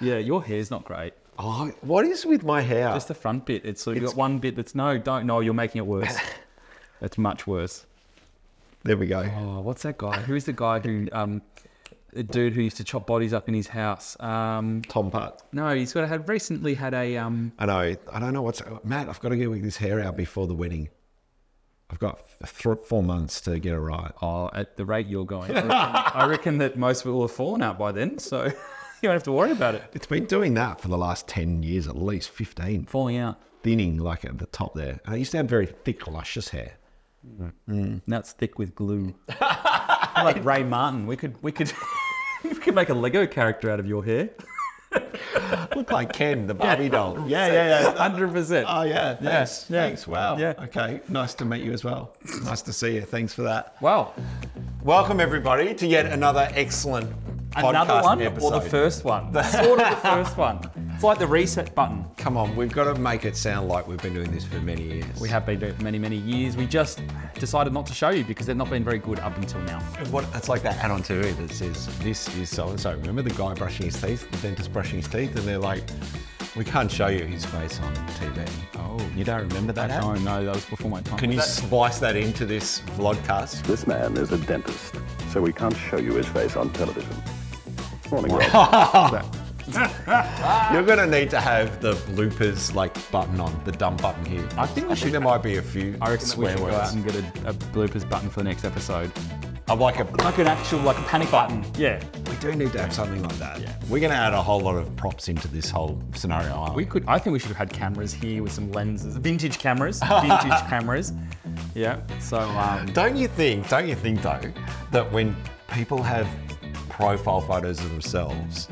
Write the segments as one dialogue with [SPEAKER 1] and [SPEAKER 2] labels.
[SPEAKER 1] Yeah, your hair's not great.
[SPEAKER 2] Oh, what is with my hair?
[SPEAKER 1] Just the front bit. It's you've got one bit that's no, don't no, you're making it worse. That's much worse.
[SPEAKER 2] there we go.
[SPEAKER 1] Oh, what's that guy? Who is the guy who um the dude who used to chop bodies up in his house? Um
[SPEAKER 2] Tom Putt.
[SPEAKER 1] no, he's got had recently had a um
[SPEAKER 2] I know. I don't know what's Matt. I've got to get this hair out before the wedding. I've got th- four months to get it right.
[SPEAKER 1] oh, at the rate you're going. I reckon, I reckon that most will have fallen out by then, so you don't have to worry about it.
[SPEAKER 2] It's been doing that for the last ten years, at least fifteen,
[SPEAKER 1] Falling out.
[SPEAKER 2] thinning like at the top there. And I used to have very thick, luscious hair.
[SPEAKER 1] Now it's thick with glue. like Ray Martin. We could we could we could make a Lego character out of your hair.
[SPEAKER 2] Looked like Ken, the Barbie doll. Yeah,
[SPEAKER 1] Hundred percent.
[SPEAKER 2] Oh yeah, thanks.
[SPEAKER 1] yeah.
[SPEAKER 2] Thanks. Wow.
[SPEAKER 1] Yeah.
[SPEAKER 2] Okay. Nice to meet you as well. nice to see you. Thanks for that.
[SPEAKER 1] Wow.
[SPEAKER 2] Welcome everybody to yet another excellent
[SPEAKER 1] Another
[SPEAKER 2] podcast
[SPEAKER 1] one
[SPEAKER 2] episode.
[SPEAKER 1] or the first one? sort of the first one. It's like the reset button.
[SPEAKER 2] Come on, we've got to make it sound like we've been doing this for many years.
[SPEAKER 1] We have been doing it for many, many years. We just decided not to show you because they've not been very good up until now.
[SPEAKER 2] What, it's like that ad on TV that says, This is so and so. Remember the guy brushing his teeth, the dentist brushing his teeth, and they're like, We can't show you his face on TV. Oh. You don't remember that ad?
[SPEAKER 1] Oh no, that was before my time.
[SPEAKER 2] Can you splice that into this vlogcast?
[SPEAKER 3] This man is a dentist, so we can't show you his face on television. Morning, Rob.
[SPEAKER 2] You're going to need to have the bloopers like button on, the dumb button here.
[SPEAKER 1] I think we should-
[SPEAKER 2] there might be a few
[SPEAKER 1] I reckon we
[SPEAKER 2] swear
[SPEAKER 1] should go out
[SPEAKER 2] words.
[SPEAKER 1] and get a, a bloopers button for the next episode.
[SPEAKER 2] I'm like a.
[SPEAKER 1] Like an actual, like a panic button. Yeah.
[SPEAKER 2] We do need to have something like that. We're going to add a whole lot of props into this whole scenario. aren't
[SPEAKER 1] We could. I think we should have had cameras here with some lenses, vintage cameras, vintage cameras. Yeah. So um,
[SPEAKER 2] Don't you think, don't you think though, that when people have profile photos of themselves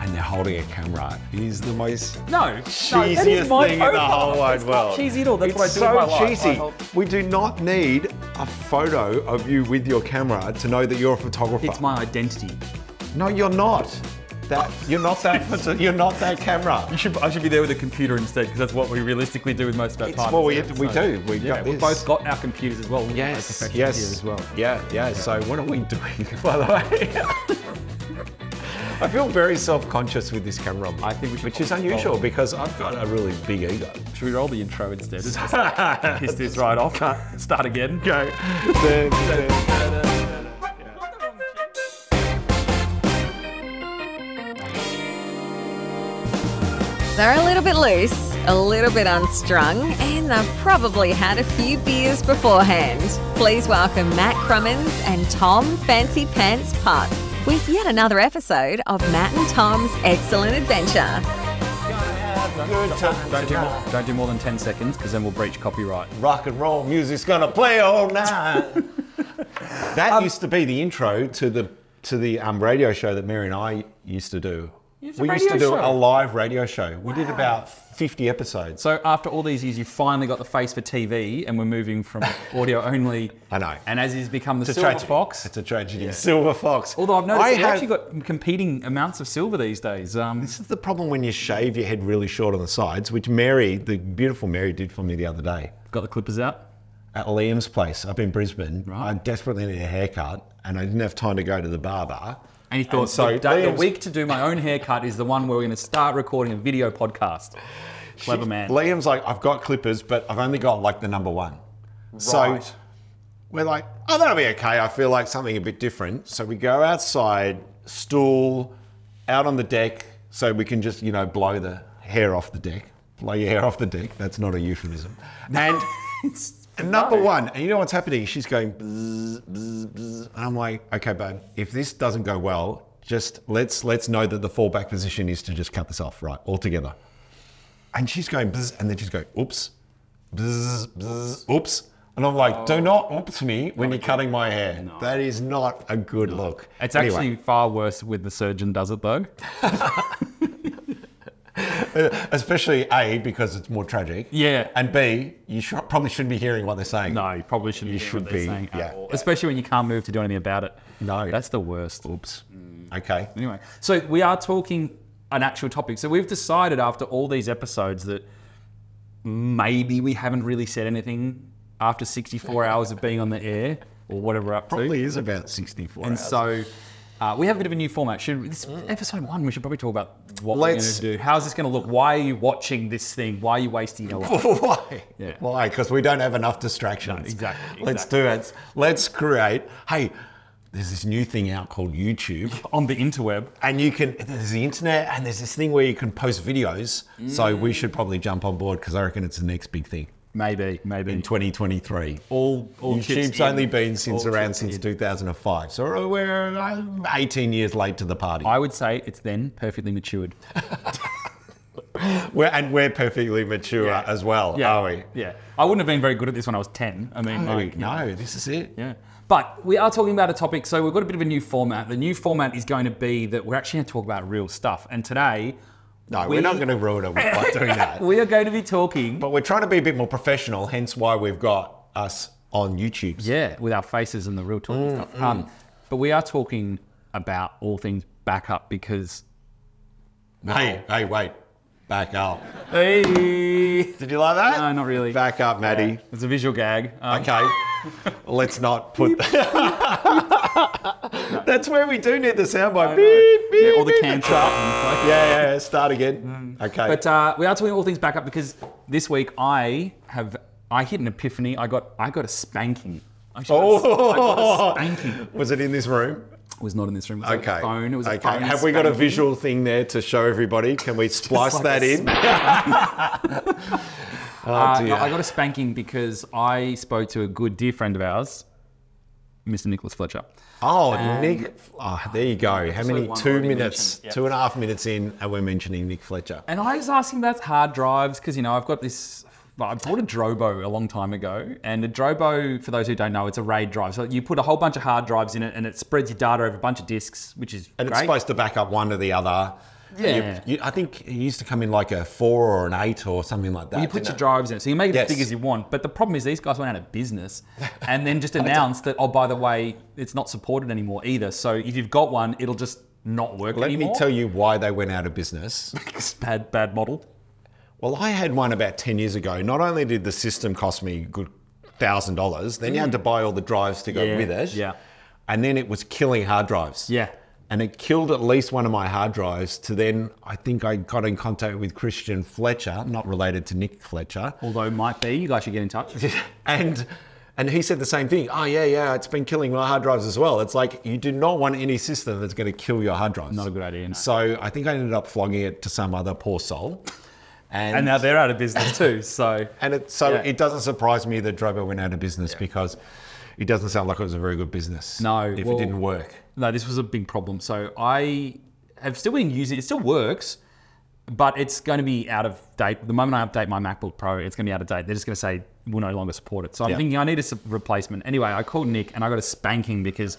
[SPEAKER 2] and they're holding a camera it is the most
[SPEAKER 1] no, no, that
[SPEAKER 2] cheesiest
[SPEAKER 1] is my
[SPEAKER 2] thing in the
[SPEAKER 1] profile.
[SPEAKER 2] whole wide
[SPEAKER 1] It's not
[SPEAKER 2] world.
[SPEAKER 1] cheesy at all. That's
[SPEAKER 2] it's
[SPEAKER 1] what I do
[SPEAKER 2] so
[SPEAKER 1] with my life. I
[SPEAKER 2] cheesy.
[SPEAKER 1] hold-
[SPEAKER 2] We do not need a photo of you with your camera to know that you're a photographer.
[SPEAKER 1] It's my identity.
[SPEAKER 2] no, you're not. That you're not that photo- you're not that camera.
[SPEAKER 1] You should, I should be there with a computer instead because that's what we realistically do with most of our
[SPEAKER 2] It's
[SPEAKER 1] time.
[SPEAKER 2] what we-
[SPEAKER 1] isn't it?
[SPEAKER 2] we do. We've
[SPEAKER 1] yeah,
[SPEAKER 2] got
[SPEAKER 1] we've
[SPEAKER 2] this.
[SPEAKER 1] both got our computers as well. We're both
[SPEAKER 2] Yes,
[SPEAKER 1] professionals
[SPEAKER 2] yes.
[SPEAKER 1] Here as well.
[SPEAKER 2] Yeah, yeah, So what are we doing, by the way? I feel very self-conscious with this camera.
[SPEAKER 1] I think we should
[SPEAKER 2] which is
[SPEAKER 1] probably
[SPEAKER 2] unusual
[SPEAKER 1] roll.
[SPEAKER 2] because I've got a really big ego.
[SPEAKER 1] Should we roll the intro instead? Kiss this right off. Start again.
[SPEAKER 2] Go.
[SPEAKER 4] They're a little bit loose, a little bit unstrung, and they've probably had a few beers beforehand. Please welcome Matt Crummins and Tom Fancy Pants Putt with yet another episode of Matt and Tom's Excellent Adventure.
[SPEAKER 1] Don't do, more, don't do more than 10 seconds because then we'll breach copyright.
[SPEAKER 2] Rock and roll music's gonna play all night. that
[SPEAKER 1] Um,
[SPEAKER 2] used to be the intro to the to the um, radio show that Mary and I used to do.
[SPEAKER 1] used a
[SPEAKER 2] We used to
[SPEAKER 1] radio
[SPEAKER 2] do
[SPEAKER 1] show?
[SPEAKER 2] a live radio show. We did about 50 episodes.
[SPEAKER 1] So after all these years, you finally got the face for TV, and we're moving from audio only.
[SPEAKER 2] I know.
[SPEAKER 1] And as he's become the
[SPEAKER 2] It's a
[SPEAKER 1] silver
[SPEAKER 2] tragedy.
[SPEAKER 1] fox.
[SPEAKER 2] It's a tragedy. Silver fox.
[SPEAKER 1] Although I've noticed
[SPEAKER 2] I
[SPEAKER 1] they've
[SPEAKER 2] have-
[SPEAKER 1] actually got competing amounts of silver these days. Um,
[SPEAKER 2] This is the problem when you shave your head really short on the sides, which Mary, the beautiful Mary, did for me the other day
[SPEAKER 1] got the clippers out.
[SPEAKER 2] at Liam's place up in Brisbane. I desperately needed a haircut, and I didn't have time to go to the barber.
[SPEAKER 1] And he thought,
[SPEAKER 2] And so
[SPEAKER 1] the, day, the
[SPEAKER 2] Liam's-
[SPEAKER 1] week to do my own haircut is the one where we're going to start recording a video podcast. Clever man.
[SPEAKER 2] Liam's like, I've got clippers, but I've only got like the number one. So
[SPEAKER 1] Right.
[SPEAKER 2] we're like, oh, that'll be okay. I feel like something a bit different. So we go outside, stool, out on the deck, so we can just, you know, blow the hair off the deck. Blow your hair off the deck. That's not a euphemism. And number one, and you know what's happening? She's going, bzz, bzz, bzz. and I'm like, okay, babe, if this doesn't go well, just let's let's know that the fallback position is to just cut this off, right, altogether. And she's going, bzz, and then she's going, oops, bzz, bzz, oops. And I'm like, do not oops me when you're cutting my hair. That is not a good look.
[SPEAKER 1] It's
[SPEAKER 2] Anyway.
[SPEAKER 1] actually far worse when the surgeon does it, though.
[SPEAKER 2] Especially A, because it's more tragic.
[SPEAKER 1] Yeah.
[SPEAKER 2] And B, you sh- probably shouldn't be hearing what they're saying.
[SPEAKER 1] No, you probably shouldn't.
[SPEAKER 2] You
[SPEAKER 1] hear
[SPEAKER 2] should
[SPEAKER 1] what they're
[SPEAKER 2] be,
[SPEAKER 1] saying at
[SPEAKER 2] yeah.
[SPEAKER 1] all. Especially when you can't move to do anything about it.
[SPEAKER 2] No.
[SPEAKER 1] That's the worst.
[SPEAKER 2] Oops. Okay.
[SPEAKER 1] Anyway, so we are talking an actual topic. So we've decided after all these episodes that maybe we haven't really said anything after 64 hours of being on the air or whatever we're up to.
[SPEAKER 2] Probably is about 64
[SPEAKER 1] And
[SPEAKER 2] hours.
[SPEAKER 1] so Uh, we have a bit of a new format. Should this episode one? We should probably talk about what
[SPEAKER 2] Let's-
[SPEAKER 1] we're going to do. How's this going to look? Why are you watching this thing? Why are you wasting your life?
[SPEAKER 2] Why?
[SPEAKER 1] Yeah.
[SPEAKER 2] Why? Because we don't have enough distractions.
[SPEAKER 1] exactly,
[SPEAKER 2] Let's
[SPEAKER 1] exactly.
[SPEAKER 2] do it. Let's create. Hey, there's this new thing out called YouTube,
[SPEAKER 1] On the interweb,
[SPEAKER 2] and you can. There's the internet, and there's this thing where you can post videos. So we should probably jump on board because I reckon it's the next big thing
[SPEAKER 1] maybe, maybe.
[SPEAKER 2] in 2023.
[SPEAKER 1] all, all chips
[SPEAKER 2] YouTube's
[SPEAKER 1] in.
[SPEAKER 2] only been since
[SPEAKER 1] All
[SPEAKER 2] around
[SPEAKER 1] chips
[SPEAKER 2] since
[SPEAKER 1] in.
[SPEAKER 2] 2005, so we're uh, 18 years late to the party.
[SPEAKER 1] I would say it's then perfectly matured.
[SPEAKER 2] We're, and we're perfectly mature
[SPEAKER 1] Yeah.
[SPEAKER 2] as well, are we?
[SPEAKER 1] Yeah. I wouldn't have been very good at this when I was 10. I mean, like,
[SPEAKER 2] Like, no, this is it.
[SPEAKER 1] Yeah. But we are talking about a topic, so we've got a bit of a new format. The new format is going to be that we're actually going to talk about real stuff. And today,
[SPEAKER 2] No, we, are not going to ruin it by doing that.
[SPEAKER 1] we are going to be talking,
[SPEAKER 2] But we're trying to be a bit more professional, hence why we've got us on YouTube.
[SPEAKER 1] yeah, with our faces and the real talking stuff.
[SPEAKER 2] Mm-hmm.
[SPEAKER 1] Um, but we are talking about all things backup because.
[SPEAKER 2] Hey, hey, wait. Back up.
[SPEAKER 1] Hey!
[SPEAKER 2] Did you like that?
[SPEAKER 1] No, not really.
[SPEAKER 2] Back up, Maddie.
[SPEAKER 1] It's a visual gag. Um,
[SPEAKER 2] Okay. Let's not put. That's where we do need the soundbite. Beep, beep,
[SPEAKER 1] yeah, all the
[SPEAKER 2] beep.
[SPEAKER 1] cans up. and like-
[SPEAKER 2] Yeah, yeah, yeah. Start again. Okay.
[SPEAKER 1] But uh, we are talking all things back up because this week I have I hit an epiphany. I got I got a spanking. I actually got a- I
[SPEAKER 2] Oh!
[SPEAKER 1] got a spanking.
[SPEAKER 2] was it in this room?
[SPEAKER 1] It was not in this room. um, It was
[SPEAKER 2] Okay.
[SPEAKER 1] a phone. It was
[SPEAKER 2] okay.
[SPEAKER 1] a phone.
[SPEAKER 2] Have we got a
[SPEAKER 1] spanking.
[SPEAKER 2] visual thing there to show everybody? Can we splice
[SPEAKER 1] like
[SPEAKER 2] that
[SPEAKER 1] a
[SPEAKER 2] in? oh,
[SPEAKER 1] Uh,
[SPEAKER 2] dear.
[SPEAKER 1] no, I got a spanking because I spoke to a good dear friend of ours, Mr. Nicholas Fletcher.
[SPEAKER 2] Oh, Nick. Oh, there you go. How many?
[SPEAKER 1] Um, one
[SPEAKER 2] Two
[SPEAKER 1] already
[SPEAKER 2] minutes,
[SPEAKER 1] mentioned, yeah.
[SPEAKER 2] two and a half minutes in, and we're mentioning Nick Fletcher.
[SPEAKER 1] And I was asking about hard drives because you know I've got this. well, I bought a Drobo a long time ago, and a Drobo, for those who don't know, it's a RAID drive. So you put a whole bunch of hard drives in it, and it spreads your data over a bunch of disks, which is
[SPEAKER 2] And it's
[SPEAKER 1] great.
[SPEAKER 2] supposed to back up one to the other.
[SPEAKER 1] Yeah.
[SPEAKER 2] You- you- I think it used to come in like a four or an eight or something like that.
[SPEAKER 1] You put
[SPEAKER 2] didn't
[SPEAKER 1] your
[SPEAKER 2] it?
[SPEAKER 1] drives in it, so you make it
[SPEAKER 2] Yes.
[SPEAKER 1] as big as you want. But the problem is these guys went out of business, and then just announced that oh, by the way, it's not supported anymore either. So if you've got one, it'll just not work
[SPEAKER 2] Let
[SPEAKER 1] anymore.
[SPEAKER 2] me tell you why they went out of business.
[SPEAKER 1] bad bad model.
[SPEAKER 2] Well, I had one about 10 years ago. Not only did the system cost me a good $1,000, then you had to buy all the drives to go
[SPEAKER 1] Yeah,
[SPEAKER 2] with it.
[SPEAKER 1] yeah.
[SPEAKER 2] And then it was killing hard drives.
[SPEAKER 1] Yeah.
[SPEAKER 2] And it killed at least one of my hard drives to then, I think I got in contact with Christian Fletcher, not related to Nick Fletcher.
[SPEAKER 1] Although might be, you guys should get in touch.
[SPEAKER 2] And and he said the same thing. Oh, yeah, yeah, it's been killing my hard drives as well. It's like you do not want any system that's going to kill your hard drives.
[SPEAKER 1] Not a good idea, no.
[SPEAKER 2] So I think I ended up flogging it to some other poor soul.
[SPEAKER 1] and now they're out of business too. So
[SPEAKER 2] And it, so
[SPEAKER 1] Yeah.
[SPEAKER 2] it doesn't surprise me that Drobo went out of business because it doesn't sound like it was a very good business.
[SPEAKER 1] No,
[SPEAKER 2] if
[SPEAKER 1] well-
[SPEAKER 2] it didn't work.
[SPEAKER 1] no, this was a big problem. So I have still been using it. It still works, but it's going to be out of date. The moment I update my MacBook Pro, it's going to be out of date. They're just going to say we'll no longer support it. So I'm
[SPEAKER 2] Yeah.
[SPEAKER 1] thinking I need a sup- replacement. Anyway, I called Nick and I got a spanking because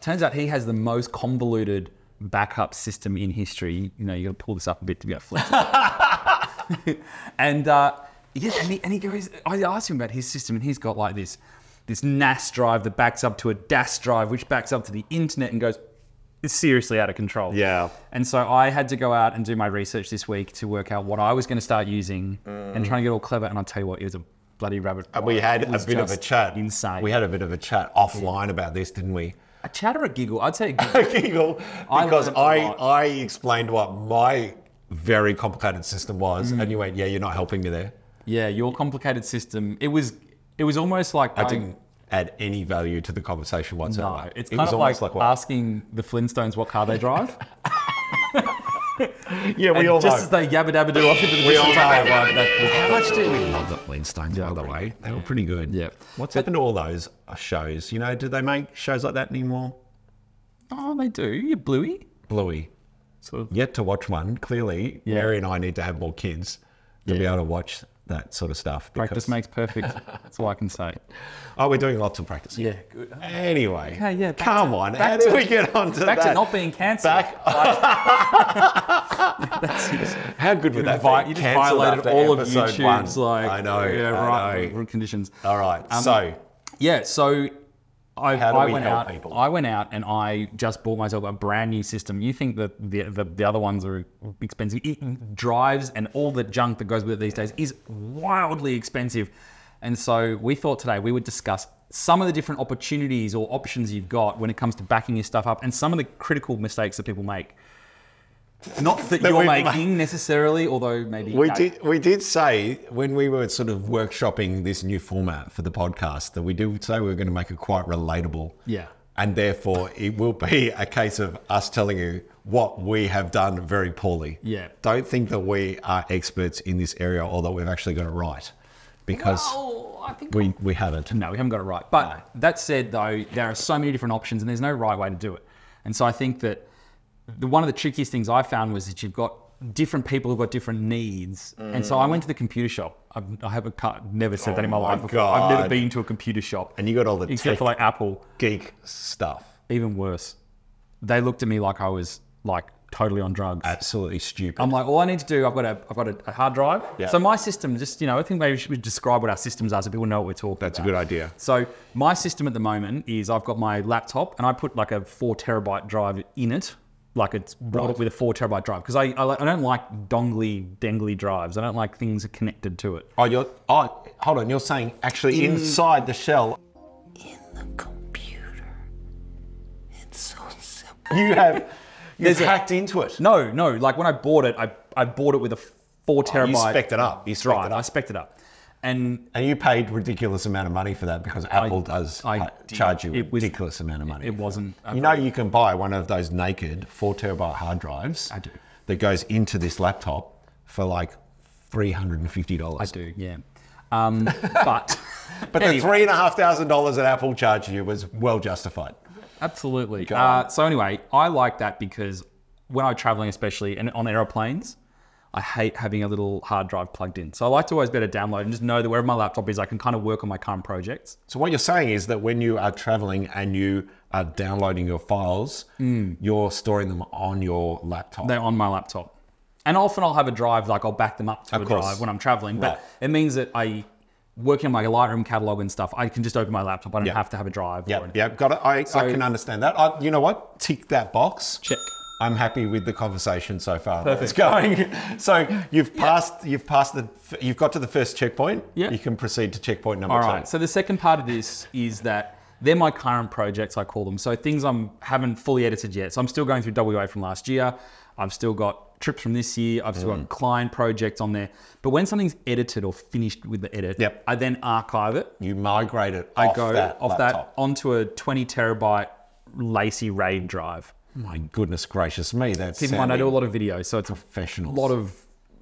[SPEAKER 1] turns out he has the most convoluted backup system in history. You know, you got to pull this up a bit to be able to flex. and uh, yeah, and he, and he goes. I asked him about his system, and he's got like this this NAS drive that backs up to a DAS drive, which backs up to the internet, and goes. It's seriously out of control.
[SPEAKER 2] Yeah.
[SPEAKER 1] And so I had to go out and do my research this week to work out what I was going to start using and trying to get all clever. And I'll tell you what, it was a bloody rabbit.
[SPEAKER 2] And
[SPEAKER 1] hole.
[SPEAKER 2] we had
[SPEAKER 1] It
[SPEAKER 2] a
[SPEAKER 1] was
[SPEAKER 2] bit of a
[SPEAKER 1] just
[SPEAKER 2] chat.
[SPEAKER 1] Insane.
[SPEAKER 2] We had a bit of a chat offline about this, didn't we?
[SPEAKER 1] a chat or a giggle. I'd say a giggle.
[SPEAKER 2] Giggle,
[SPEAKER 1] I
[SPEAKER 2] because
[SPEAKER 1] learned a
[SPEAKER 2] I,
[SPEAKER 1] lot.
[SPEAKER 2] I explained what my very complicated system was,
[SPEAKER 1] Mm.
[SPEAKER 2] and you went, "Yeah, you're not helping me there.
[SPEAKER 1] yeah, your complicated system. It was. It was almost like
[SPEAKER 2] I didn't add any value to the conversation whatsoever."
[SPEAKER 1] No, it's
[SPEAKER 2] it
[SPEAKER 1] kind
[SPEAKER 2] was
[SPEAKER 1] of
[SPEAKER 2] almost
[SPEAKER 1] like,
[SPEAKER 2] like, what?
[SPEAKER 1] asking the Flintstones what car they drive.
[SPEAKER 2] Yeah, we
[SPEAKER 1] And
[SPEAKER 2] all
[SPEAKER 1] just
[SPEAKER 2] know.
[SPEAKER 1] as they yabba dabba do off into the
[SPEAKER 2] We all
[SPEAKER 1] distance,
[SPEAKER 2] know.
[SPEAKER 1] like, "Well, that
[SPEAKER 2] How much do we love the Flintstones, by the way? They were pretty good.
[SPEAKER 1] Yeah.
[SPEAKER 2] What's happened to all those uh, shows? You know, do they make shows like that anymore?
[SPEAKER 1] was-" oh, they do. You bluey.
[SPEAKER 2] Bluey.
[SPEAKER 1] Sort of.
[SPEAKER 2] Yet to watch one. Clearly,
[SPEAKER 1] Yeah.
[SPEAKER 2] Mary and I need to have more kids to be able to watch that sort of stuff.
[SPEAKER 1] Practice makes perfect. That's all I can say.
[SPEAKER 2] Oh, we're doing lots of practice.
[SPEAKER 1] Yeah, good.
[SPEAKER 2] Anyway.
[SPEAKER 1] Okay, yeah, back
[SPEAKER 2] Come
[SPEAKER 1] to-
[SPEAKER 2] on.
[SPEAKER 1] back
[SPEAKER 2] How do
[SPEAKER 1] to-
[SPEAKER 2] we get on to
[SPEAKER 1] Back
[SPEAKER 2] that?
[SPEAKER 1] to not being cancelled.
[SPEAKER 2] Back- How good would that
[SPEAKER 1] Vi-
[SPEAKER 2] be?
[SPEAKER 1] you just
[SPEAKER 2] Cancelled
[SPEAKER 1] violated
[SPEAKER 2] after
[SPEAKER 1] all of
[SPEAKER 2] episode
[SPEAKER 1] YouTube's
[SPEAKER 2] one.
[SPEAKER 1] like
[SPEAKER 2] I know.
[SPEAKER 1] yeah,
[SPEAKER 2] I
[SPEAKER 1] right
[SPEAKER 2] know.
[SPEAKER 1] conditions.
[SPEAKER 2] All right.
[SPEAKER 1] Um,
[SPEAKER 2] so,
[SPEAKER 1] Yeah, so I,
[SPEAKER 2] How do
[SPEAKER 1] I
[SPEAKER 2] we
[SPEAKER 1] went
[SPEAKER 2] help
[SPEAKER 1] out.
[SPEAKER 2] people?
[SPEAKER 1] I went out and I just bought myself a brand new system. You think that the the, the other ones are expensive? It, drives and all the junk that goes with it these days is wildly expensive, and so we thought today we would discuss some of the different opportunities or options you've got when it comes to backing your stuff up and some of the critical mistakes that people make. Not that,
[SPEAKER 2] That
[SPEAKER 1] you're
[SPEAKER 2] we've
[SPEAKER 1] making
[SPEAKER 2] made.
[SPEAKER 1] necessarily, although maybe
[SPEAKER 2] We
[SPEAKER 1] no.
[SPEAKER 2] did. We did say when we were sort of workshopping this new format for the podcast that we do say we were going to make it quite relatable.
[SPEAKER 1] Yeah.
[SPEAKER 2] And therefore, it will be a case of us telling you what we have done very poorly.
[SPEAKER 1] Yeah.
[SPEAKER 2] Don't think that we are experts in this area or that we've actually got it right, because
[SPEAKER 1] Oh, I think
[SPEAKER 2] we we haven't.
[SPEAKER 1] No, we haven't got it right. But that said, though, there are so many different options, and there's no right way to do it. And so I think that the, one of the trickiest things I found was that you've got different people who've got different needs. And so I went to the computer shop. I've, I haven't can't- never said that in my,
[SPEAKER 2] Mm. Oh my
[SPEAKER 1] life before. I've never
[SPEAKER 2] God.
[SPEAKER 1] been to a computer shop,
[SPEAKER 2] And you got all the
[SPEAKER 1] except
[SPEAKER 2] tech
[SPEAKER 1] for like Apple.
[SPEAKER 2] geek stuff.
[SPEAKER 1] Even worse, they looked at me like I was like totally on drugs.
[SPEAKER 2] Absolutely stupid.
[SPEAKER 1] I'm like, all I need to do, I've got a, I've got a, a hard drive.
[SPEAKER 2] Yeah.
[SPEAKER 1] So my system, just you know, I think maybe we should describe what our systems are, so people know what we're talking
[SPEAKER 2] That's a
[SPEAKER 1] about.
[SPEAKER 2] good idea.
[SPEAKER 1] So my system at the moment is I've got my laptop and I put like a four terabyte drive in it, like it's brought up with a four terabyte drive because I, I like- I don't like dongly dangly drives. I don't like things connected to it.
[SPEAKER 2] Oh, you're. Oh, hold on. You're saying actually inside the shell. In the computer. It's so simple. You have. You've
[SPEAKER 1] There's a-
[SPEAKER 2] hacked into it.
[SPEAKER 1] No, no. Like when I bought it, I, I bought it with a four terabyte
[SPEAKER 2] Oh, you spec it up. You spec
[SPEAKER 1] drive.
[SPEAKER 2] it
[SPEAKER 1] I
[SPEAKER 2] up.
[SPEAKER 1] spec it up, and
[SPEAKER 2] And you paid ridiculous amount of money for that because Apple does
[SPEAKER 1] I
[SPEAKER 2] ha-
[SPEAKER 1] did.
[SPEAKER 2] charge you a
[SPEAKER 1] It was-
[SPEAKER 2] ridiculous amount of money.
[SPEAKER 1] it wasn't. um,
[SPEAKER 2] You know, you can buy one of those naked four terabyte hard drives.
[SPEAKER 1] I do.
[SPEAKER 2] That goes into this laptop for like three hundred and fifty
[SPEAKER 1] I
[SPEAKER 2] dollars.
[SPEAKER 1] do, yeah. Um, but
[SPEAKER 2] But the three and a half thousand dollars that Apple charged you was well justified.
[SPEAKER 1] Absolutely. Uh, so anyway, I like that because when I'm traveling, especially and on aeroplanes, I hate having a little hard drive plugged in. So I like to always better download and just know that wherever my laptop is, I can kind of work on my current projects.
[SPEAKER 2] So what you're saying is that when you are traveling and you are downloading your files,
[SPEAKER 1] Mm.
[SPEAKER 2] you're storing them on your laptop.
[SPEAKER 1] They're on my laptop, and often I'll have a drive like I'll back them up to
[SPEAKER 2] Of
[SPEAKER 1] a
[SPEAKER 2] course.
[SPEAKER 1] drive when I'm traveling. But
[SPEAKER 2] Right.
[SPEAKER 1] it means that I working on my Lightroom catalog and stuff, I can just open my laptop. I don't
[SPEAKER 2] Yep.
[SPEAKER 1] have to have a drive. or
[SPEAKER 2] Yeah,
[SPEAKER 1] anything.
[SPEAKER 2] yeah, got it. I, I can understand that. I, you know what? Tick that box.
[SPEAKER 1] Check.
[SPEAKER 2] I'm happy with the conversation so far. Perfect. It's going. So you've passed. You've passed the. You've got to the first checkpoint.
[SPEAKER 1] Yeah.
[SPEAKER 2] You can proceed to checkpoint number
[SPEAKER 1] All
[SPEAKER 2] two.
[SPEAKER 1] right. So the second part of this is that they're my current projects. I call them so things I'm haven't fully edited yet. So I'm still going through WA from last year. I've still got trips from this year. I've still
[SPEAKER 2] Mm.
[SPEAKER 1] got client projects on there. But when something's edited or finished with the edit,
[SPEAKER 2] Yep.
[SPEAKER 1] I then archive it.
[SPEAKER 2] you migrate it.
[SPEAKER 1] I
[SPEAKER 2] off
[SPEAKER 1] go
[SPEAKER 2] that
[SPEAKER 1] off
[SPEAKER 2] laptop. Oh
[SPEAKER 1] that onto a 20 terabyte lacy RAID drive.
[SPEAKER 2] My goodness gracious me! That's
[SPEAKER 1] Keep in mind, I do a lot of video, so it's a
[SPEAKER 2] professional.
[SPEAKER 1] lot of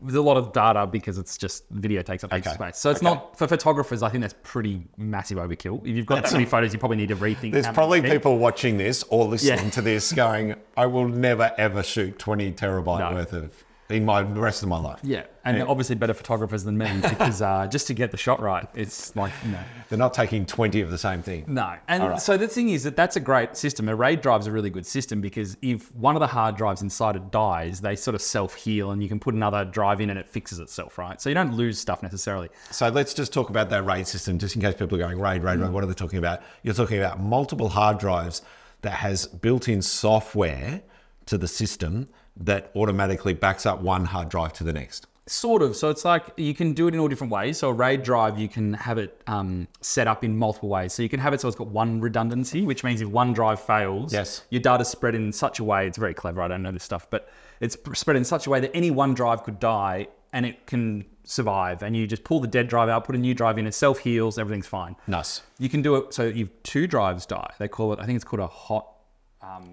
[SPEAKER 1] there's a lot of data because it's just video takes up heaps of
[SPEAKER 2] Okay.
[SPEAKER 1] space. So it's
[SPEAKER 2] Okay.
[SPEAKER 1] not for photographers. I think that's pretty massive overkill. If you've got that many photos, you probably need to rethink.
[SPEAKER 2] There's
[SPEAKER 1] how many
[SPEAKER 2] probably
[SPEAKER 1] you need.
[SPEAKER 2] people watching this or listening
[SPEAKER 1] Yeah.
[SPEAKER 2] to this going, "I will never ever shoot 20 terabyte
[SPEAKER 1] No.
[SPEAKER 2] worth of in my the rest of my life."
[SPEAKER 1] Yeah, and they're obviously better photographers than me because uh, just to get the shot right, it's like you know.
[SPEAKER 2] They're not taking 20 of the same thing.
[SPEAKER 1] No. And so the thing is that that's a great system. A RAID drive's a really good system because if one of the hard drives inside it dies, they sort of self heal and you can put another drive in and it fixes itself, right? So you don't lose stuff necessarily.
[SPEAKER 2] So let's just talk about that RAID system, just in case people are going RAID, RAID,
[SPEAKER 1] Mm.
[SPEAKER 2] RAID. What are they talking about? You're talking about multiple hard drives that has built-in software to the system that automatically backs up one hard drive to the next.
[SPEAKER 1] Sort of. So it's like you can do it in all different ways. So a RAID drive, you can have it um, set up in multiple ways. So you can have it so it's got one redundancy, which means if one drive fails,
[SPEAKER 2] Yes.
[SPEAKER 1] your data's spread in such a way. It's very clever. I don't know this stuff, but it's spread in such a way that any one drive could die and it can survive. And you just pull the dead drive out, put a new drive in, it self heals, everything's fine.
[SPEAKER 2] Nice,
[SPEAKER 1] You can do it so you've two drives die. They call it. I think it's called a hot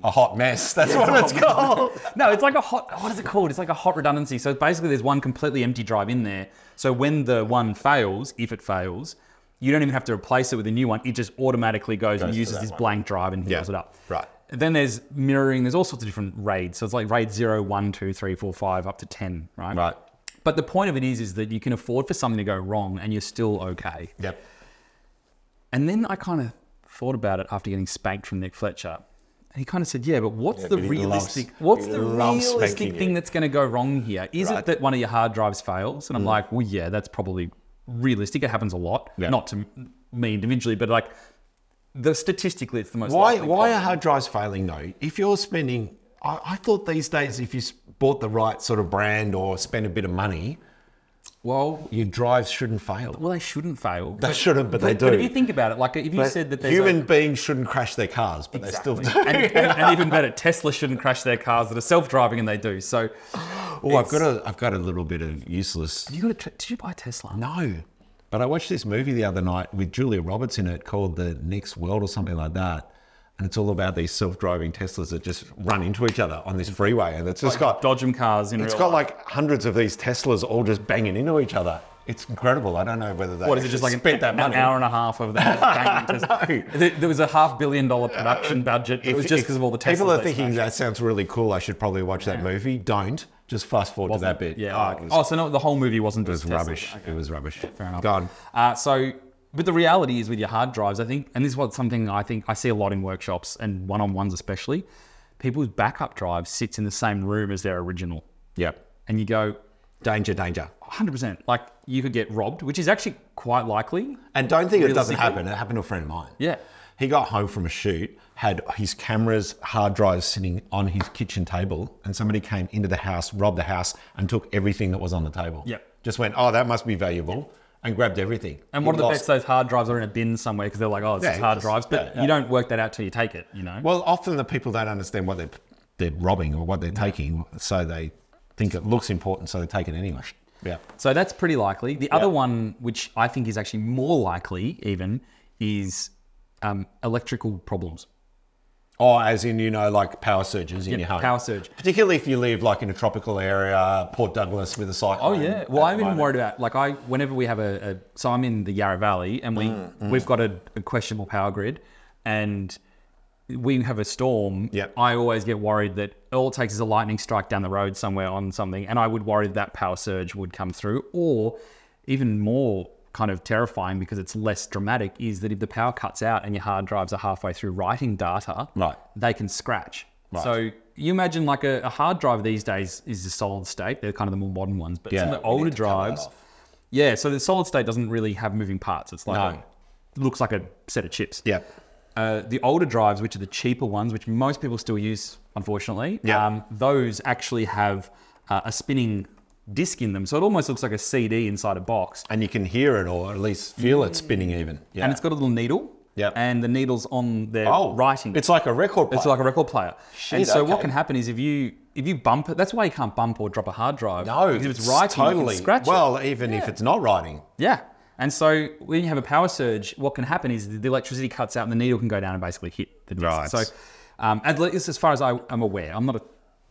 [SPEAKER 2] a hot mess. That's what it's called.
[SPEAKER 1] No, it's like a hot. What is it called? It's like a hot redundancy. So basically, there's one completely empty drive in there. So when the one fails, if it fails, you don't even have to replace it with a new one. It just automatically goes, and
[SPEAKER 2] to
[SPEAKER 1] uses
[SPEAKER 2] that
[SPEAKER 1] this
[SPEAKER 2] one.
[SPEAKER 1] blank drive and heals
[SPEAKER 2] Yeah,
[SPEAKER 1] it up.
[SPEAKER 2] right.
[SPEAKER 1] Then there's mirroring. There's all sorts of different raids. So it's like raid 0, 1, 2, 3, 4, 5, up to ten. Right.
[SPEAKER 2] Right.
[SPEAKER 1] But the point of it is, is that you can afford for something to go wrong, and you're still okay.
[SPEAKER 2] Yep.
[SPEAKER 1] And then I kind of thought about it after getting spanked from Nick Fletcher. And he kind of said, "Yeah, but what's the
[SPEAKER 2] but he loves-
[SPEAKER 1] realistic? what's
[SPEAKER 2] he
[SPEAKER 1] the
[SPEAKER 2] loves
[SPEAKER 1] realistic
[SPEAKER 2] spanking
[SPEAKER 1] thing
[SPEAKER 2] you.
[SPEAKER 1] that's going to go wrong here? Is it
[SPEAKER 2] Right. Mm.
[SPEAKER 1] that one of your hard drives fails?" And I'm like, "Well, yeah, that's probably realistic. It happens a lot.
[SPEAKER 2] Yeah.
[SPEAKER 1] Not to m- me individually, but like the statistically, it's the most
[SPEAKER 2] Why,
[SPEAKER 1] likely
[SPEAKER 2] why
[SPEAKER 1] problem.
[SPEAKER 2] are hard drives failing though? If you're spending, I, I thought these days, if you s- bought the right sort of brand or spent a bit of money,
[SPEAKER 1] Well,
[SPEAKER 2] Your drives shouldn't fail.
[SPEAKER 1] well, they shouldn't fail.
[SPEAKER 2] They shouldn't, but they
[SPEAKER 1] But if
[SPEAKER 2] do.
[SPEAKER 1] you think about it, like if you
[SPEAKER 2] But
[SPEAKER 1] said that there's
[SPEAKER 2] human
[SPEAKER 1] a,
[SPEAKER 2] beings shouldn't crash their cars, but they still do.
[SPEAKER 1] and, and, and even better, Tesla shouldn't crash their cars that are self-driving, and they do. So,
[SPEAKER 2] Oh, I've got a, I've got a little bit of useless.
[SPEAKER 1] you got a, te- did you buy a Tesla?
[SPEAKER 2] No, but I watched this movie the other night with Julia Roberts in it called The Next World or something like that. And it's all about these self-driving Teslas that just run into each other on this freeway, and it's just got
[SPEAKER 1] Dodge 'em cars in
[SPEAKER 2] it's
[SPEAKER 1] real
[SPEAKER 2] got
[SPEAKER 1] life.
[SPEAKER 2] like hundreds of these Teslas all just banging into each other. It's incredible. I don't know whether they
[SPEAKER 1] What is it? Just like an,
[SPEAKER 2] spent that
[SPEAKER 1] an
[SPEAKER 2] money.
[SPEAKER 1] hour and a half of that. just banging Tesla.
[SPEAKER 2] No.
[SPEAKER 1] There, there was a half billion dollar production budget. it was just because of all the Teslas.
[SPEAKER 2] People are
[SPEAKER 1] they
[SPEAKER 2] thinking
[SPEAKER 1] smashed.
[SPEAKER 2] that sounds really cool. I should probably watch that movie. Don't. Just fast forward to that bit.
[SPEAKER 1] Yeah.
[SPEAKER 2] Oh,
[SPEAKER 1] Oh,
[SPEAKER 2] it was,
[SPEAKER 1] so no, the whole movie wasn't
[SPEAKER 2] it
[SPEAKER 1] just
[SPEAKER 2] was
[SPEAKER 1] Tesla.
[SPEAKER 2] rubbish. It was rubbish. Fair
[SPEAKER 1] enough.
[SPEAKER 2] Gone.
[SPEAKER 1] Uh, so, but the reality is with your hard drives, I think, and this is what something I think I see a lot in workshops and one-on-ones especially, people's backup drive sits in the same room as their original,
[SPEAKER 2] Yep.
[SPEAKER 1] and you go,
[SPEAKER 2] Danger, danger.
[SPEAKER 1] 100%. Like you could get robbed, which is actually quite likely.
[SPEAKER 2] And don't think it doesn't
[SPEAKER 1] Realistically?
[SPEAKER 2] happen. It happened to a friend of mine.
[SPEAKER 1] Yeah.
[SPEAKER 2] He got home from a shoot, had his cameras, hard drives sitting on his kitchen table, and somebody came into the house, robbed the house, and took everything that was on the table.
[SPEAKER 1] Yep.
[SPEAKER 2] Just went, oh, that must be valuable, and grabbed everything.
[SPEAKER 1] And
[SPEAKER 2] He
[SPEAKER 1] one of the
[SPEAKER 2] lost-
[SPEAKER 1] best those hard drives are in a bin somewhere because they're like, oh, it's
[SPEAKER 2] Yeah,
[SPEAKER 1] just hard
[SPEAKER 2] just-
[SPEAKER 1] drives. But
[SPEAKER 2] yeah, yeah.
[SPEAKER 1] you don't work that out till you take it, you know?
[SPEAKER 2] Well, often the people don't understand what they're, they're robbing or what they're taking, so they think it looks important, so they take it anyway. Yeah.
[SPEAKER 1] So that's pretty likely. The other one, which I think is actually more likely even, is um, electrical problems.
[SPEAKER 2] Or as in, you know, like power surges in
[SPEAKER 1] Yeah,
[SPEAKER 2] your home.
[SPEAKER 1] power surge.
[SPEAKER 2] Particularly if you live like in a tropical area, Port Douglas with a
[SPEAKER 1] Oh
[SPEAKER 2] cyclone.
[SPEAKER 1] yeah. Well,
[SPEAKER 2] at
[SPEAKER 1] I'm even
[SPEAKER 2] the moment.
[SPEAKER 1] worried about like I whenever we have a, a so I'm in the Yarra Valley and we
[SPEAKER 2] Mm,
[SPEAKER 1] we've got a, a questionable power grid and we have a storm.
[SPEAKER 2] Yep.
[SPEAKER 1] I always get worried that all it takes is a lightning strike down the road somewhere on something, and I would worry that, that power surge would come through. Or even more kind of terrifying because it's less dramatic is that if the power cuts out and your hard drives are halfway through writing data,
[SPEAKER 2] Right.
[SPEAKER 1] they can scratch. So you imagine like a, a hard drive these days is a solid state. They're kind of the more modern ones, but some
[SPEAKER 2] Yeah.
[SPEAKER 1] of the older
[SPEAKER 2] need to cover that
[SPEAKER 1] drives,
[SPEAKER 2] off.
[SPEAKER 1] yeah. So the solid state doesn't really have moving parts. It's like
[SPEAKER 2] No.
[SPEAKER 1] a, looks like a set of chips.
[SPEAKER 2] Yeah.
[SPEAKER 1] Uh, the older drives, which are the cheaper ones, which most people still use, unfortunately, um,
[SPEAKER 2] Yeah.
[SPEAKER 1] those actually have uh, a spinning disc in them. So it almost looks like a CD inside a box.
[SPEAKER 2] And you can hear it or at least feel it spinning even. Yeah.
[SPEAKER 1] And it's got a little needle.
[SPEAKER 2] Yep.
[SPEAKER 1] And the needle's on their
[SPEAKER 2] oh,
[SPEAKER 1] writing.
[SPEAKER 2] It's like a record player.
[SPEAKER 1] It's like a record player. and
[SPEAKER 2] Shit,
[SPEAKER 1] so what
[SPEAKER 2] okay.
[SPEAKER 1] can happen is if you if you bump it, that's why you can't bump or drop a hard drive.
[SPEAKER 2] no,
[SPEAKER 1] because if it's writing, totally. you
[SPEAKER 2] totally.
[SPEAKER 1] can scratch it.
[SPEAKER 2] well, even if it's not writing.
[SPEAKER 1] Yeah. And so when you have a power surge, what can happen is the electricity cuts out and the needle can go down and basically hit the disk.
[SPEAKER 2] Right.
[SPEAKER 1] So, um, at least as far as I am aware, I'm not a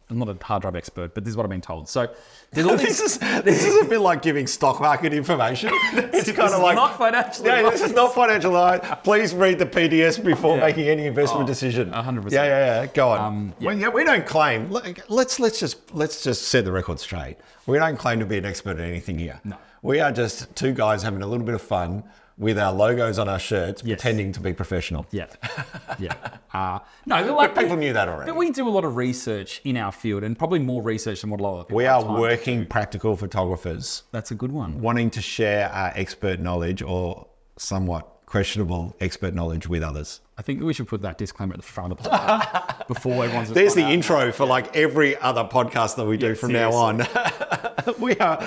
[SPEAKER 1] I'm not a hard drive expert, but this is what I've been told. So there's all
[SPEAKER 2] This
[SPEAKER 1] these.
[SPEAKER 2] is this is a bit like giving stock market information. It's kind
[SPEAKER 1] is
[SPEAKER 2] of like
[SPEAKER 1] not financial
[SPEAKER 2] Yeah,
[SPEAKER 1] advice.
[SPEAKER 2] this is not financial advice. Please read the PDS before
[SPEAKER 1] Yeah. Oh,
[SPEAKER 2] making any investment decision.
[SPEAKER 1] 100%.
[SPEAKER 2] Yeah, yeah, yeah. Go on.
[SPEAKER 1] Um,
[SPEAKER 2] Well, yeah, we don't claim. like, Let's let's just let's just set the record straight. We don't claim to be an expert at anything here. No. We are just two guys having a little bit of fun with our logos on our shirts, pretending to be professional.
[SPEAKER 1] Yeah, yeah. Uh, no, but like
[SPEAKER 2] People knew that already.
[SPEAKER 1] But we do a lot of research in our field, and probably more research than what a lot of people.
[SPEAKER 2] We
[SPEAKER 1] have
[SPEAKER 2] are
[SPEAKER 1] time.
[SPEAKER 2] working practical photographers.
[SPEAKER 1] That's a good one.
[SPEAKER 2] wanting to share our expert knowledge or somewhat questionable expert knowledge with others.
[SPEAKER 1] I think we should put that disclaimer at the front of the podcast before everyone's.
[SPEAKER 2] There's the
[SPEAKER 1] gone out.
[SPEAKER 2] intro for like every other podcast that we do from now on. we are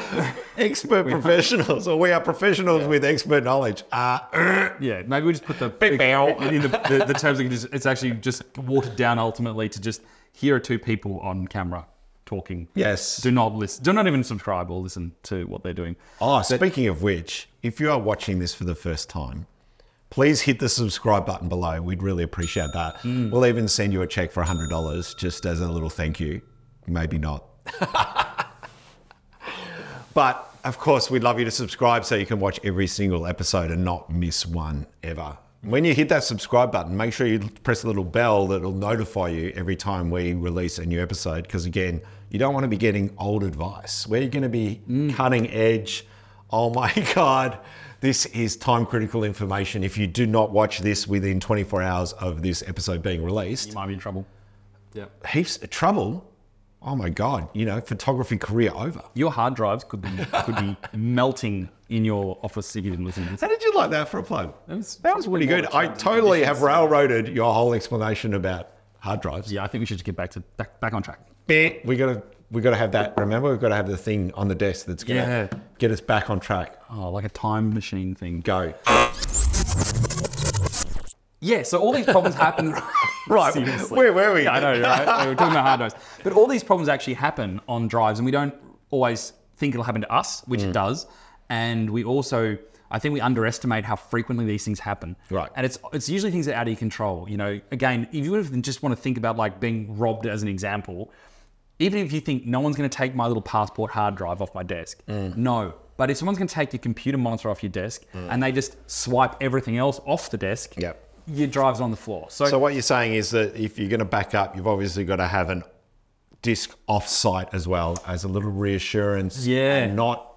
[SPEAKER 2] expert professionals, or we are professionals with expert knowledge. Uh,
[SPEAKER 1] Yeah, maybe we just put the big bow in the, the, the terms. that you just, it's actually just watered down ultimately to just here are two people on camera talking.
[SPEAKER 2] Yes.
[SPEAKER 1] Do not listen. Do not even subscribe or listen to what they're doing.
[SPEAKER 2] oh, speaking of which, if you are watching this for the first time, please hit the subscribe button below. We'd really appreciate that. We'll even send you a check for $100 just as a little thank you. Maybe not. But of course, we'd love you to subscribe so you can watch every single episode and not miss one ever. When you hit that subscribe button, make sure you press the little bell that'll notify you every time we release a new episode. Because again, you don't want to be getting old advice. We're going to be cutting edge. Oh my God, this is time critical information. If you do not watch this within 24 hours of this episode being released,
[SPEAKER 1] You might be in trouble.
[SPEAKER 2] heaps of trouble. Oh my God, you know, photography career over.
[SPEAKER 1] Your hard drives could be could be melting in your office if you didn't listen to this.
[SPEAKER 2] How did you like that for a plug? That
[SPEAKER 1] was-
[SPEAKER 2] pretty good. I totally have railroaded your whole explanation about hard drives.
[SPEAKER 1] Yeah, I think we should just get back to back, back on track.
[SPEAKER 2] Beh, We got to We've got to have that. Remember, we've got to have the thing on the desk that's going to
[SPEAKER 1] Yeah.
[SPEAKER 2] get us back on track.
[SPEAKER 1] Oh, like a time machine thing.
[SPEAKER 2] Go.
[SPEAKER 1] Yeah, so all these problems happen. right. Seriously.
[SPEAKER 2] Where were we?
[SPEAKER 1] Yeah, I know, right? We We're talking about hard drives. But all these problems actually happen on drives, and we don't always think it'll happen to us, which
[SPEAKER 2] Mm.
[SPEAKER 1] it does. And we also, I think we underestimate how frequently these things happen.
[SPEAKER 2] Right.
[SPEAKER 1] And it's it's usually things that are out of your control. You know, again, if you even just want to think about like being robbed as an example, even if you think no one's going to take my little passport hard drive off my desk,
[SPEAKER 2] Mm.
[SPEAKER 1] no. But if someone's going to take your computer monitor off your desk and they just swipe everything else off the desk,
[SPEAKER 2] Yep.
[SPEAKER 1] your drive's on the floor. So,
[SPEAKER 2] So what you're saying is that if you're going to back up, you've obviously got to have an disc off-site as well as a little reassurance.
[SPEAKER 1] Yeah.
[SPEAKER 2] And not,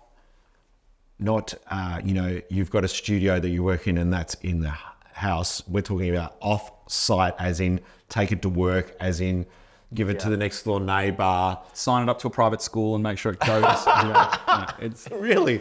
[SPEAKER 2] not uh, you know, you've got a studio that you work in and that's in the house. We're talking about off-site, as in take it to work, as in give it to the next door neighbour.
[SPEAKER 1] sign it up to a private school and make sure it goes. you know, no, it's-
[SPEAKER 2] Really,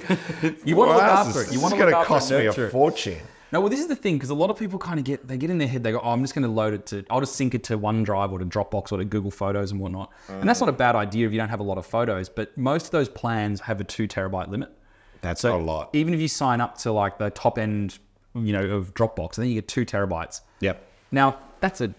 [SPEAKER 1] You wanna look
[SPEAKER 2] Wow,
[SPEAKER 1] after
[SPEAKER 2] this
[SPEAKER 1] it. You
[SPEAKER 2] is
[SPEAKER 1] wanna
[SPEAKER 2] going
[SPEAKER 1] look
[SPEAKER 2] to
[SPEAKER 1] after
[SPEAKER 2] cost
[SPEAKER 1] and
[SPEAKER 2] me a
[SPEAKER 1] nurture it.
[SPEAKER 2] fortune.
[SPEAKER 1] no, well, this is the thing because a lot of people kind of get they get in their head. They go, "Oh, I'm just going to load it to. I'll just sync it to OneDrive or to Dropbox or to Google Photos and whatnot." And that's not a bad idea if you don't have a lot of photos. But most of those plans have a two terabyte limit.
[SPEAKER 2] That's
[SPEAKER 1] So
[SPEAKER 2] a lot.
[SPEAKER 1] Even if you sign up to like the top end, you know, of Dropbox, I think you get two terabytes.
[SPEAKER 2] Yep.
[SPEAKER 1] Now that's a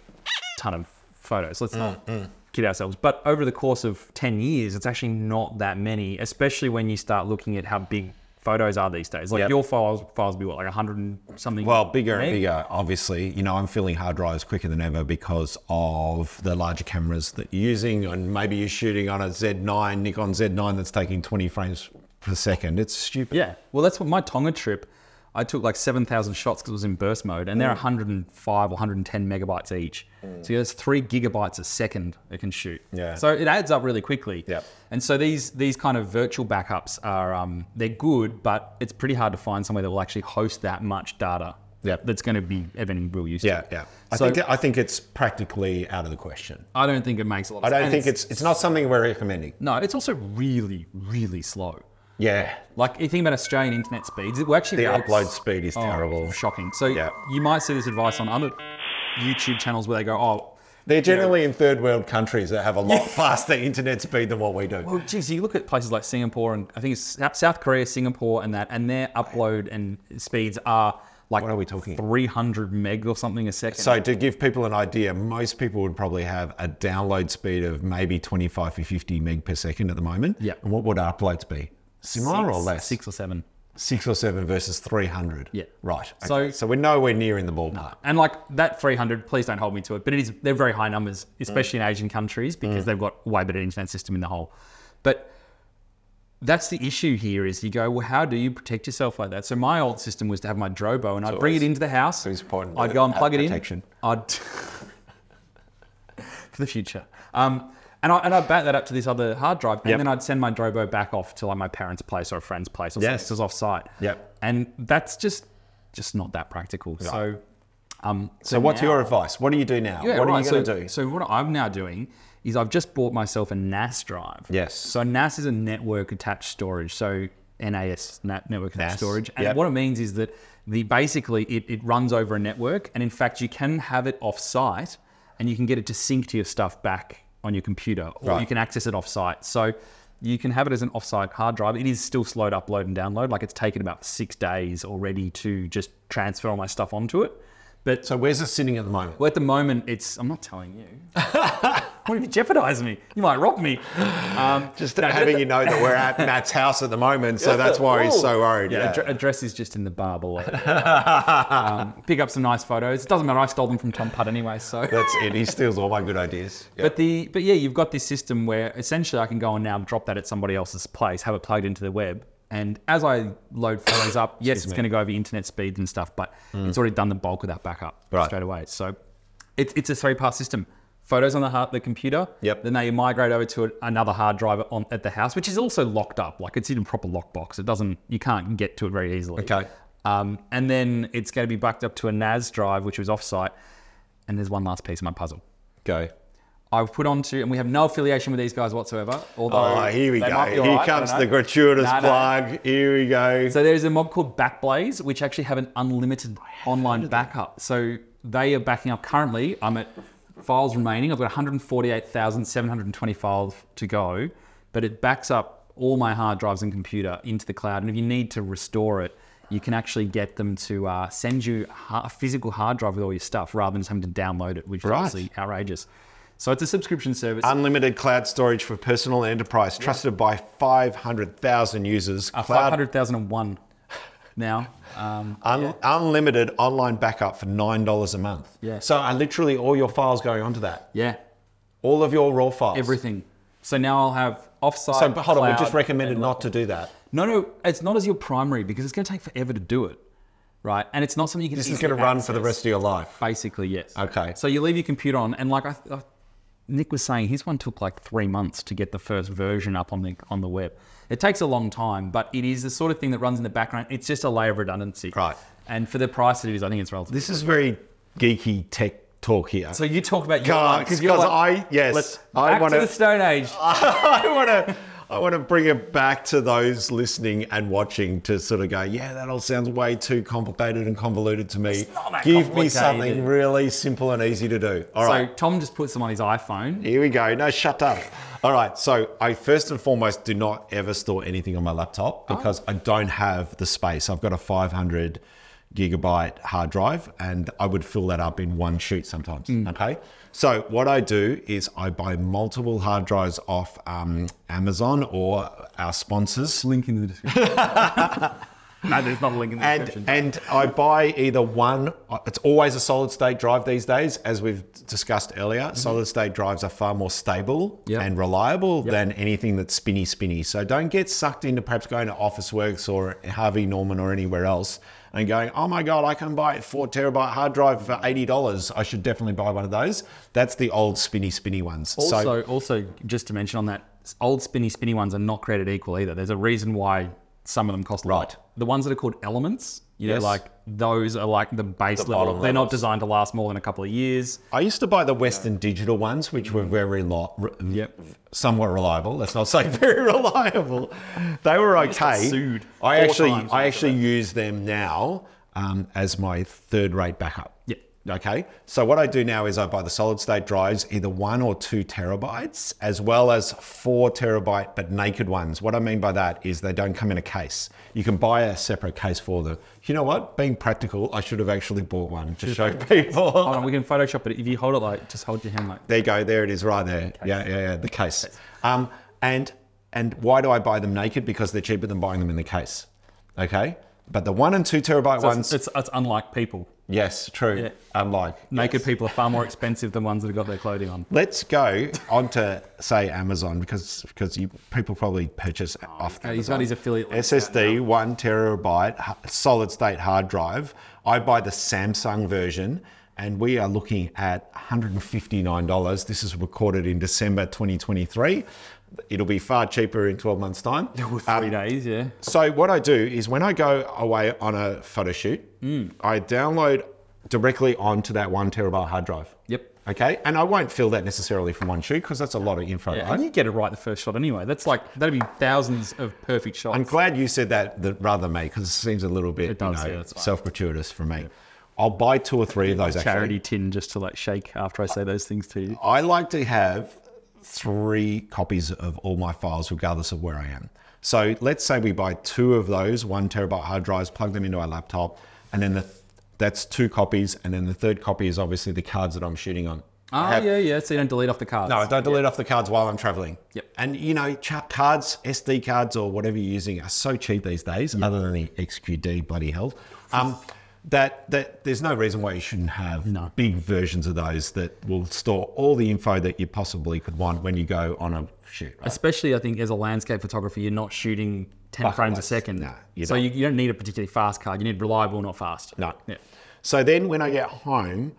[SPEAKER 1] ton of photos. Let's not
[SPEAKER 2] Mm,
[SPEAKER 1] kid ourselves. But over the course of ten years, it's actually not that many, especially when you start looking at how big photos are these days. Like
[SPEAKER 2] Yep.
[SPEAKER 1] your files files will be what like hundred and something.
[SPEAKER 2] Well, bigger and
[SPEAKER 1] meg?
[SPEAKER 2] bigger, obviously. You know, I'm filling hard drives quicker than ever because of the larger cameras that you're using, and maybe you're shooting on a Z9, Nikon Z9 that's taking 20 frames per second. It's stupid.
[SPEAKER 1] Yeah. Well, that's what my Tonga trip. I took like 7,000 shots because it was in burst mode, and they're
[SPEAKER 2] Mm.
[SPEAKER 1] 105 or 110 megabytes each. So that's three gigabytes a second it can shoot.
[SPEAKER 2] Yeah.
[SPEAKER 1] So it adds up really quickly.
[SPEAKER 2] Yep.
[SPEAKER 1] And so these these kind of virtual backups are um, they're good, but it's pretty hard to find somewhere that will actually host that much data.
[SPEAKER 2] Yep.
[SPEAKER 1] That's going to be of any real use.
[SPEAKER 2] Yeah,
[SPEAKER 1] To.
[SPEAKER 2] yeah. I,
[SPEAKER 1] So-
[SPEAKER 2] think, I think it's practically out of the question.
[SPEAKER 1] I don't think it makes a lot. of
[SPEAKER 2] I don't
[SPEAKER 1] and
[SPEAKER 2] think it's, it's not something we're recommending.
[SPEAKER 1] no. It's also really really slow.
[SPEAKER 2] Yeah.
[SPEAKER 1] Like you think about Australian internet speeds, it actually
[SPEAKER 2] The
[SPEAKER 1] works-
[SPEAKER 2] upload speed is
[SPEAKER 1] Oh,
[SPEAKER 2] terrible.
[SPEAKER 1] shocking. So
[SPEAKER 2] Yeah.
[SPEAKER 1] you might see this advice on other YouTube channels where they go, "Oh,
[SPEAKER 2] They're generally in third world countries that have a lot faster internet speed than what we do.
[SPEAKER 1] well, geez, you look at places like Singapore and I think it's Sou- South Korea, Singapore, and that, and their upload and speeds are like
[SPEAKER 2] What are we talking?
[SPEAKER 1] 300 meg or something a second.
[SPEAKER 2] So to give people an idea, most people would probably have a download speed of maybe 25 to 50 meg per second at the moment.
[SPEAKER 1] Yeah.
[SPEAKER 2] And what would our uploads be? Similar or
[SPEAKER 1] Six-
[SPEAKER 2] less?
[SPEAKER 1] six or seven.
[SPEAKER 2] Six or seven versus 300.
[SPEAKER 1] Yeah.
[SPEAKER 2] Right.
[SPEAKER 1] So-
[SPEAKER 2] So, so we're nowhere near in the ballpark.
[SPEAKER 1] And like that 300, please don't hold me to it, but it is they're very high numbers, especially in Asian countries
[SPEAKER 2] Mm.
[SPEAKER 1] because they've got way better internet system in the whole. But that's the issue here is you go, well, how do you protect yourself like that? So my old system was to have my Drobo and I'd bring it
[SPEAKER 2] always-
[SPEAKER 1] into the house.
[SPEAKER 2] always important
[SPEAKER 1] I'd
[SPEAKER 2] to
[SPEAKER 1] go and
[SPEAKER 2] have
[SPEAKER 1] plug it
[SPEAKER 2] protection.
[SPEAKER 1] in. I'd for the future. Um, and I and I'd back that up to this other hard drive, and
[SPEAKER 2] Yep.
[SPEAKER 1] then I'd send my Drobo back off to like my parents' place or a friend's place or something.
[SPEAKER 2] Yes.
[SPEAKER 1] This was off site.
[SPEAKER 2] Yep.
[SPEAKER 1] And that's just just not that practical. So um,
[SPEAKER 2] So what's
[SPEAKER 1] now-
[SPEAKER 2] your advice? What do you do now?
[SPEAKER 1] Yeah,
[SPEAKER 2] what are
[SPEAKER 1] right,
[SPEAKER 2] you going to
[SPEAKER 1] so,
[SPEAKER 2] do?
[SPEAKER 1] So what I'm now doing is I've just bought myself a NAS drive.
[SPEAKER 2] Yes.
[SPEAKER 1] So NAS is a network attached storage. So NAS, na- network attached
[SPEAKER 2] NAS,
[SPEAKER 1] storage. And
[SPEAKER 2] yep.
[SPEAKER 1] what it means is that the basically it, it runs over a network, and in fact you can have it off site, and you can get it to sync to your stuff back on your computer, or
[SPEAKER 2] Right.
[SPEAKER 1] you can access it off site. So you can have it as an offsite hard drive. It is still slow to upload and download. Like it's taken about six days already to just transfer all my stuff onto it. But
[SPEAKER 2] So where's it sitting at the moment?
[SPEAKER 1] well, at the moment, it's. I'm not telling you. what if you jeopardize me? You might rob me. Um,
[SPEAKER 2] Just having you know that we're at Matt's house at the moment, so that's why he's so worried.
[SPEAKER 1] yeah,
[SPEAKER 2] Yeah.
[SPEAKER 1] addre- address is just in the bar below. um, pick up some nice photos. It doesn't matter. I stole them from Tom Putt anyway, so.
[SPEAKER 2] That's it. He steals all my good ideas. Yeah.
[SPEAKER 1] But the but yeah, you've got this system where essentially I can go and now drop that at somebody else's place, have it plugged into the web, and as I load photos up, yes, it's going to go over internet speeds and stuff, but it's already done the bulk of that backup
[SPEAKER 2] Mm. Right.
[SPEAKER 1] straight away. So it's it's a three part system. Photos on the hard, the computer.
[SPEAKER 2] Yep.
[SPEAKER 1] Then they migrate over to another hard drive on, at the house, which is also locked up. Like it's in a proper lockbox. It doesn't. You can't get to it very easily.
[SPEAKER 2] Okay.
[SPEAKER 1] Um, and then it's going to be backed up to a NAS drive, which was offsite. And there's one last piece of my puzzle.
[SPEAKER 2] Go.
[SPEAKER 1] I've put onto, and we have no affiliation with these guys whatsoever. Although
[SPEAKER 2] Oh, here we
[SPEAKER 1] they
[SPEAKER 2] go.
[SPEAKER 1] might be
[SPEAKER 2] Here
[SPEAKER 1] all right, I
[SPEAKER 2] comes
[SPEAKER 1] don't
[SPEAKER 2] the
[SPEAKER 1] know.
[SPEAKER 2] gratuitous
[SPEAKER 1] No, no.
[SPEAKER 2] plug. Here we go.
[SPEAKER 1] So there's a mob called Backblaze, which actually have an unlimited online backup. So they are backing up currently. I'm at files remaining. I've got 148,720 files to go. but it backs up all my hard drives and computer into the cloud. And if you need to restore it, you can actually get them to uh, send you a ha- a physical hard drive with all your stuff rather than just having to download it, which
[SPEAKER 2] Right.
[SPEAKER 1] is obviously outrageous. So it's a subscription service.
[SPEAKER 2] Unlimited cloud storage for personal and enterprise, trusted by 500,000 users.
[SPEAKER 1] Uh,
[SPEAKER 2] Cloud-
[SPEAKER 1] 500,001 now. Um,
[SPEAKER 2] un- Unlimited online backup for $9 a month.
[SPEAKER 1] Yeah.
[SPEAKER 2] So are literally all your files going onto that.
[SPEAKER 1] yeah,
[SPEAKER 2] All of your raw files.
[SPEAKER 1] everything. So now I'll have offsite.
[SPEAKER 2] So but hold on, we
[SPEAKER 1] cloud,
[SPEAKER 2] just recommended
[SPEAKER 1] and
[SPEAKER 2] not to do that.
[SPEAKER 1] No, no, it's not as your primary because it's going to take forever to do it, right? And it's not something you can.
[SPEAKER 2] This is
[SPEAKER 1] easily
[SPEAKER 2] going to run for the
[SPEAKER 1] access.
[SPEAKER 2] rest of your life.
[SPEAKER 1] Basically, yes.
[SPEAKER 2] Okay.
[SPEAKER 1] So you leave your computer on, and like I, I, Nick was saying, his one took like three months to get the first version up on the on the web. It takes a long time, but it is the sort of thing that runs in the background. It's just a layer of redundancy.
[SPEAKER 2] Right.
[SPEAKER 1] And for the price that it is, I think it's relative.
[SPEAKER 2] This is very geeky tech talk here.
[SPEAKER 1] so you talk about your
[SPEAKER 2] God,
[SPEAKER 1] one, you're
[SPEAKER 2] 'cause
[SPEAKER 1] like,
[SPEAKER 2] I- yes,
[SPEAKER 1] let's-
[SPEAKER 2] I
[SPEAKER 1] back to
[SPEAKER 2] wanna-
[SPEAKER 1] the Stone Age.
[SPEAKER 2] I want to. I want to bring it back to those listening and watching to sort of go, yeah, that all sounds way too complicated and convoluted to me.
[SPEAKER 1] not that
[SPEAKER 2] Give me
[SPEAKER 1] complicated.
[SPEAKER 2] something really simple and easy to do. All
[SPEAKER 1] so
[SPEAKER 2] right,
[SPEAKER 1] Tom just puts them on his iPhone.
[SPEAKER 2] here we go. No, shut up. All right, so I first and foremost do not ever store anything on my laptop because I don't have the space. I've got a 500 gigabyte hard drive and I would fill that up in one shoot sometimes. Okay, so what I do is I buy multiple hard drives off um, Amazon or our sponsors.
[SPEAKER 1] Link in the description. no, there's not a link in the
[SPEAKER 2] And,
[SPEAKER 1] description.
[SPEAKER 2] and I buy either one, it's always a solid state drive these days, as we've discussed earlier. Solid state drives are far more stable
[SPEAKER 1] Mm-hmm. Yep.
[SPEAKER 2] and reliable than anything that's spinny, spinny. So don't get sucked into perhaps going to Office Works or Harvey Norman or anywhere else and going, oh my God, I can buy a four terabyte hard drive for $80. I should definitely buy one of those. That's the old spinny, spinny ones. so,
[SPEAKER 1] Also, also just to mention on that, s- old spinny spinny ones are not created equal either. There's a reason why some of them cost a
[SPEAKER 2] Right.
[SPEAKER 1] lot. The ones that are called elements, you know,
[SPEAKER 2] Yes.
[SPEAKER 1] like those are like the base level.
[SPEAKER 2] bottom
[SPEAKER 1] They're not
[SPEAKER 2] levels. Oh.
[SPEAKER 1] designed to last more than a couple of years.
[SPEAKER 2] I used to buy the Western Digital ones, which were very lo- re-
[SPEAKER 1] Mm. Yep.
[SPEAKER 2] somewhat reliable. Let's not say very reliable. They were okay.
[SPEAKER 1] sued
[SPEAKER 2] I
[SPEAKER 1] four
[SPEAKER 2] actually,
[SPEAKER 1] times
[SPEAKER 2] I
[SPEAKER 1] after
[SPEAKER 2] actually use them now um, as my third-rate backup.
[SPEAKER 1] Yeah.
[SPEAKER 2] Okay. So what I do now is I buy the solid-state drives, either one or two terabytes, as well as four terabyte but naked ones. What I mean by that is they don't come in a case. You can buy a separate case for them. You know what? Being practical, I should have actually bought one to show people.
[SPEAKER 1] Hold on, we can Photoshop it. If you hold it like, just hold your hand like.
[SPEAKER 2] There you go. There it is, right there. Yeah, yeah, yeah. The case. Um, and and why do I buy them naked? Because they're cheaper than buying them in the case. Okay. But the one and two terabyte
[SPEAKER 1] So
[SPEAKER 2] ones,
[SPEAKER 1] It's, it's, it's unlike people.
[SPEAKER 2] yes, true.
[SPEAKER 1] Yeah.
[SPEAKER 2] Unlike
[SPEAKER 1] Naked
[SPEAKER 2] yes.
[SPEAKER 1] people are far more expensive than ones that have got their clothing on.
[SPEAKER 2] Let's go on to say Amazon because because you people probably purchase off.
[SPEAKER 1] Okay, he's got his affiliate. link.
[SPEAKER 2] SSD, one terabyte ha- solid state hard drive. I buy the Samsung version, and we are looking at $159. This is recorded in December 2023. It'll be far cheaper in 12 months' time. Um,
[SPEAKER 1] Three days, yeah.
[SPEAKER 2] So what I do is when I go away on a photo shoot,
[SPEAKER 1] Mm.
[SPEAKER 2] I download directly onto that one terabyte hard drive.
[SPEAKER 1] Yep.
[SPEAKER 2] Okay, and I won't fill that necessarily from one shoot because that's a lot of info,
[SPEAKER 1] Yeah,
[SPEAKER 2] right?
[SPEAKER 1] and you get it right the first shot anyway. That's like that'd be thousands of perfect shots.
[SPEAKER 2] I'm glad you said that that rather than me because it seems a little bit
[SPEAKER 1] It does,
[SPEAKER 2] you
[SPEAKER 1] yeah,
[SPEAKER 2] know,
[SPEAKER 1] that's fine.
[SPEAKER 2] self-gratuitous for me. I'll buy two or three of those actually.
[SPEAKER 1] Charity tin just to like shake after I say those things to you.
[SPEAKER 2] I like to have three copies of all my files, regardless of where I am. So let's say we buy two of those one terabyte hard drives, plug them into our laptop, and then the, that's two copies. And then the third copy is obviously the cards that I'm shooting on.
[SPEAKER 1] Oh
[SPEAKER 2] I have-
[SPEAKER 1] yeah, yeah. So you don't delete off the cards.
[SPEAKER 2] No, I don't delete off the cards while I'm traveling.
[SPEAKER 1] Yep.
[SPEAKER 2] And you know, chap cards, SD cards, or whatever you're using are so cheap these days, other than the XQD bloody hell. Um, that that there's no reason why you shouldn't have big versions of those that will store all the info that you possibly could want when you go on a shoot. Right?
[SPEAKER 1] Especially, I think as a landscape photographer, you're not shooting ten
[SPEAKER 2] Fuck,
[SPEAKER 1] frames a
[SPEAKER 2] that's-
[SPEAKER 1] second.
[SPEAKER 2] nah, you
[SPEAKER 1] so
[SPEAKER 2] don't.
[SPEAKER 1] You, you don't need a particularly fast card. You need reliable, not fast.
[SPEAKER 2] No.
[SPEAKER 1] Yeah.
[SPEAKER 2] So then when I get home,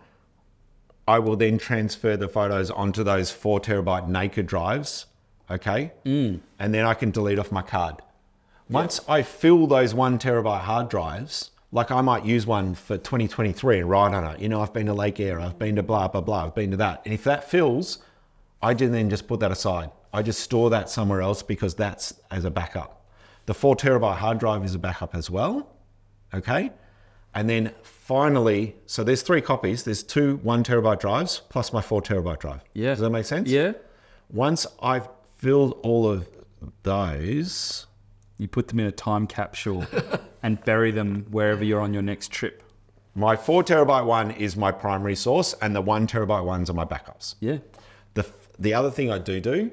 [SPEAKER 2] I will then transfer the photos onto those four terabyte naked drives. Okay.
[SPEAKER 1] Mm.
[SPEAKER 2] And then I can delete off my card. Once I fill those one terabyte hard drives, like I might use one for 2023 and write on it, you know, I've been to Lake Air, I've been to blah, blah, blah, I've been to that. And if that fills, I do then just put that aside. I just store that somewhere else because that's as a backup. The four terabyte hard drive is a backup as well. Okay. And then finally, so there's three copies. There's two one terabyte drives plus my four terabyte drive.
[SPEAKER 1] Yeah.
[SPEAKER 2] Does that make sense?
[SPEAKER 1] Yeah.
[SPEAKER 2] Once I've filled all of
[SPEAKER 5] those.
[SPEAKER 1] You put them in a time capsule and bury them wherever you're on your next trip.
[SPEAKER 2] My four terabyte one is my primary source, and the one terabyte ones are my backups.
[SPEAKER 1] Yeah.
[SPEAKER 2] The f- the other thing I do do,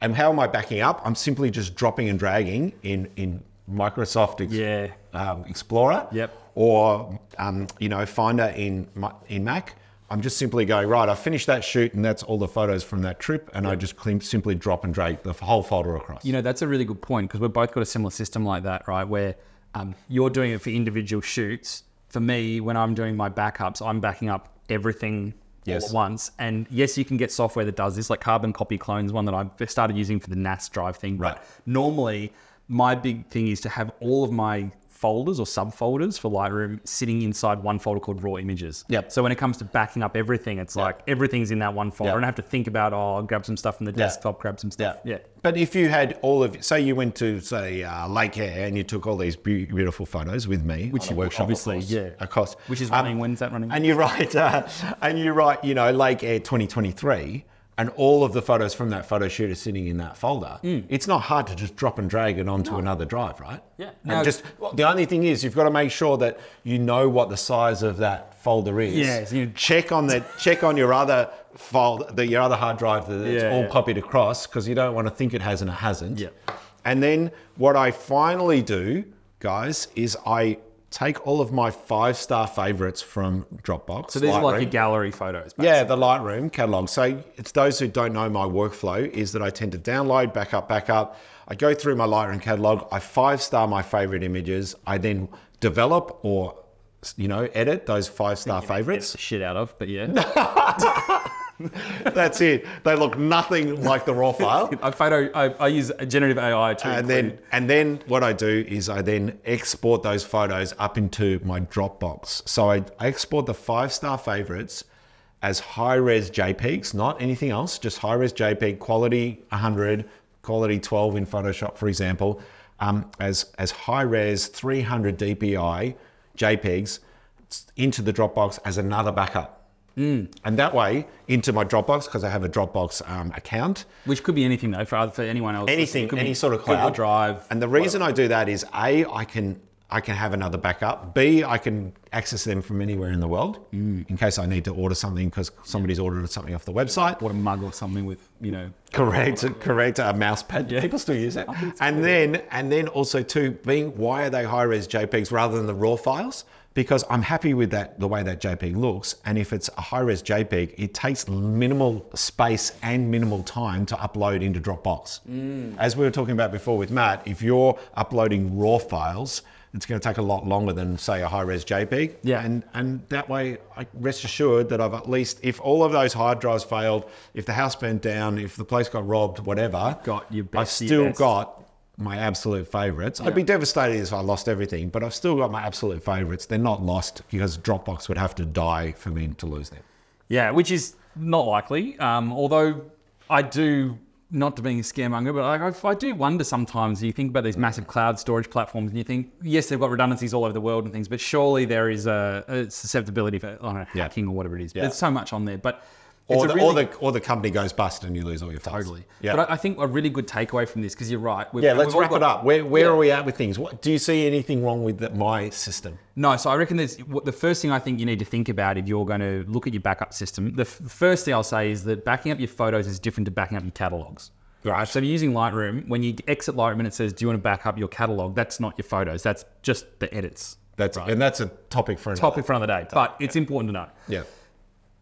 [SPEAKER 2] and how am I backing up? I'm simply just dropping and dragging in in Microsoft Ex-
[SPEAKER 1] Yeah.
[SPEAKER 2] um, Explorer.
[SPEAKER 1] Yep.
[SPEAKER 2] Or um, you know Finder in Mi- in Mac. I'm just simply going right. I finished that shoot, and that's all the photos from that trip, and I just clim- simply drop and drag the f- whole folder across.
[SPEAKER 1] You know, that's a really good point because we've both got a similar system like that, right? Where um, you're doing it for individual shoots. For me, when I'm doing my backups, I'm backing up everything all
[SPEAKER 2] Yes.
[SPEAKER 1] at once. And yes, you can get software that does this, like Carbon Copy Clones, one that I started using for the NAS drive thing.
[SPEAKER 2] Right.
[SPEAKER 1] But normally, my big thing is to have all of my folders or subfolders for Lightroom sitting inside one folder called raw images.
[SPEAKER 2] Yep.
[SPEAKER 1] So when it comes to backing up everything, it's like everything's in that one folder.
[SPEAKER 2] Yep.
[SPEAKER 1] I don't have to think about, oh, I'll grab some stuff from the desktop, grab some
[SPEAKER 2] Yeah.
[SPEAKER 1] stuff. Yeah.
[SPEAKER 2] But if you had all of, say, you went to say uh, Lake Air and you took all these beau- beautiful photos with me,
[SPEAKER 1] Which
[SPEAKER 2] on
[SPEAKER 1] you
[SPEAKER 2] a workshop, of
[SPEAKER 1] obviously,
[SPEAKER 2] course,
[SPEAKER 1] yeah.
[SPEAKER 2] of course,
[SPEAKER 1] Which is
[SPEAKER 2] Um,
[SPEAKER 1] running, when's that running?
[SPEAKER 2] and you write, uh, and you write, you know, Lake Air 2023, and all of the photos from that photo shoot are sitting in that folder.
[SPEAKER 1] Mm.
[SPEAKER 2] It's not hard to just drop and drag it onto another drive, right?
[SPEAKER 1] Yeah.
[SPEAKER 2] And
[SPEAKER 1] No.
[SPEAKER 2] just well, the only thing is you've got to make sure that you know what the size of that folder is.
[SPEAKER 1] Yeah, so you-
[SPEAKER 2] Check on the check on your other fold, the, your other hard drive that it's
[SPEAKER 1] Yeah,
[SPEAKER 2] all
[SPEAKER 1] yeah.
[SPEAKER 2] copied across because you don't want to think it has and it hasn't.
[SPEAKER 1] Yeah.
[SPEAKER 2] And then what I finally do, guys, is I take all of my five star favorites from Dropbox.
[SPEAKER 1] So these are like
[SPEAKER 2] Lightroom.
[SPEAKER 1] your gallery photos. basically.
[SPEAKER 2] Yeah, the Lightroom catalog. So it's those who don't know my workflow is that I tend to download, back up, back up. I go through my Lightroom catalog. I five star my favorite images. I then develop or you know edit those five star favorites.
[SPEAKER 1] It's the shit out of, but yeah.
[SPEAKER 2] That's it. They look nothing like the raw file.
[SPEAKER 1] I photo. I, I use generative AI to
[SPEAKER 2] And
[SPEAKER 1] include-
[SPEAKER 2] then, and then what I do is I then export those photos up into my Dropbox. So I, I export the five star favorites as high res JPEGs, not anything else, just high res JPEG quality 100, quality 12 in Photoshop, for example, um, as as high res 300 DPI JPEGs into the Dropbox as another backup. And that way into my Dropbox because I have a Dropbox um, account
[SPEAKER 1] which could be anything though for other, for anyone else.
[SPEAKER 2] anything,
[SPEAKER 1] It could be
[SPEAKER 2] any sort of
[SPEAKER 1] Google
[SPEAKER 2] cloud
[SPEAKER 1] Drive.
[SPEAKER 2] And the reason I do that is a, I can I can have another backup. B, I can access them from anywhere in the world in case I need to order something because somebody's ordered something off the website.
[SPEAKER 1] what a mug or something with you know.
[SPEAKER 2] Correct, correct. A mouse pad. People still use it. And then, and then also too, being why are they high res JPEGs rather than the raw files? Because I'm happy with that the way that JPEG looks. And if it's a high res JPEG, it takes minimal space and minimal time to upload into Dropbox.
[SPEAKER 1] Mm.
[SPEAKER 2] As we were talking about before with Matt, if you're uploading raw files. It's going to take a lot longer than, say, a high-res JPEG.
[SPEAKER 1] Yeah.
[SPEAKER 2] And and that way, I rest assured that I've at least, if all of those hard drives failed, if the house burned down, if the place got robbed, whatever,
[SPEAKER 1] Got your
[SPEAKER 2] I've
[SPEAKER 1] best, your
[SPEAKER 2] still
[SPEAKER 1] best.
[SPEAKER 2] got my absolute favorites. I'd be devastated if I lost everything, but I've still got my absolute favorites. They're not lost because Dropbox would have to die for me to lose them.
[SPEAKER 1] Yeah, which is not likely. Um, although I do, not to being a scaremonger, but like, I, I do wonder sometimes. You think about these massive cloud storage platforms, and you think, yes, they've got redundancies all over the world and things, but surely there is a, a susceptibility for I don't know,
[SPEAKER 2] Yeah.
[SPEAKER 1] hacking or whatever it is.
[SPEAKER 2] Yeah.
[SPEAKER 1] There's so much on there, but. it's
[SPEAKER 2] Or
[SPEAKER 1] a
[SPEAKER 2] the,
[SPEAKER 1] really-
[SPEAKER 2] or the or the company goes bust and you lose all your files.
[SPEAKER 1] Totally.
[SPEAKER 2] Yeah.
[SPEAKER 1] But I, I think a really good takeaway from this, because you're right. We've,
[SPEAKER 2] yeah,
[SPEAKER 1] and
[SPEAKER 2] let's
[SPEAKER 1] we've all
[SPEAKER 2] wrap it
[SPEAKER 1] got-
[SPEAKER 2] up. Where, where
[SPEAKER 1] Yeah.
[SPEAKER 2] are we at with things? What, do you see anything wrong with the, my system?
[SPEAKER 1] No, so I reckon there's what- the first thing I think you need to think about if you're going to look at your backup system. The f- first thing I'll say is that backing up your photos is different to backing up your catalogs.
[SPEAKER 2] Right.
[SPEAKER 1] So if you're using Lightroom, when you exit Lightroom and it says, "Do you want to back up your catalog?" That's not your photos. That's just the edits.
[SPEAKER 2] That's and that's a topic for another.
[SPEAKER 1] Topic for another day, but it's important to know.
[SPEAKER 2] Yeah.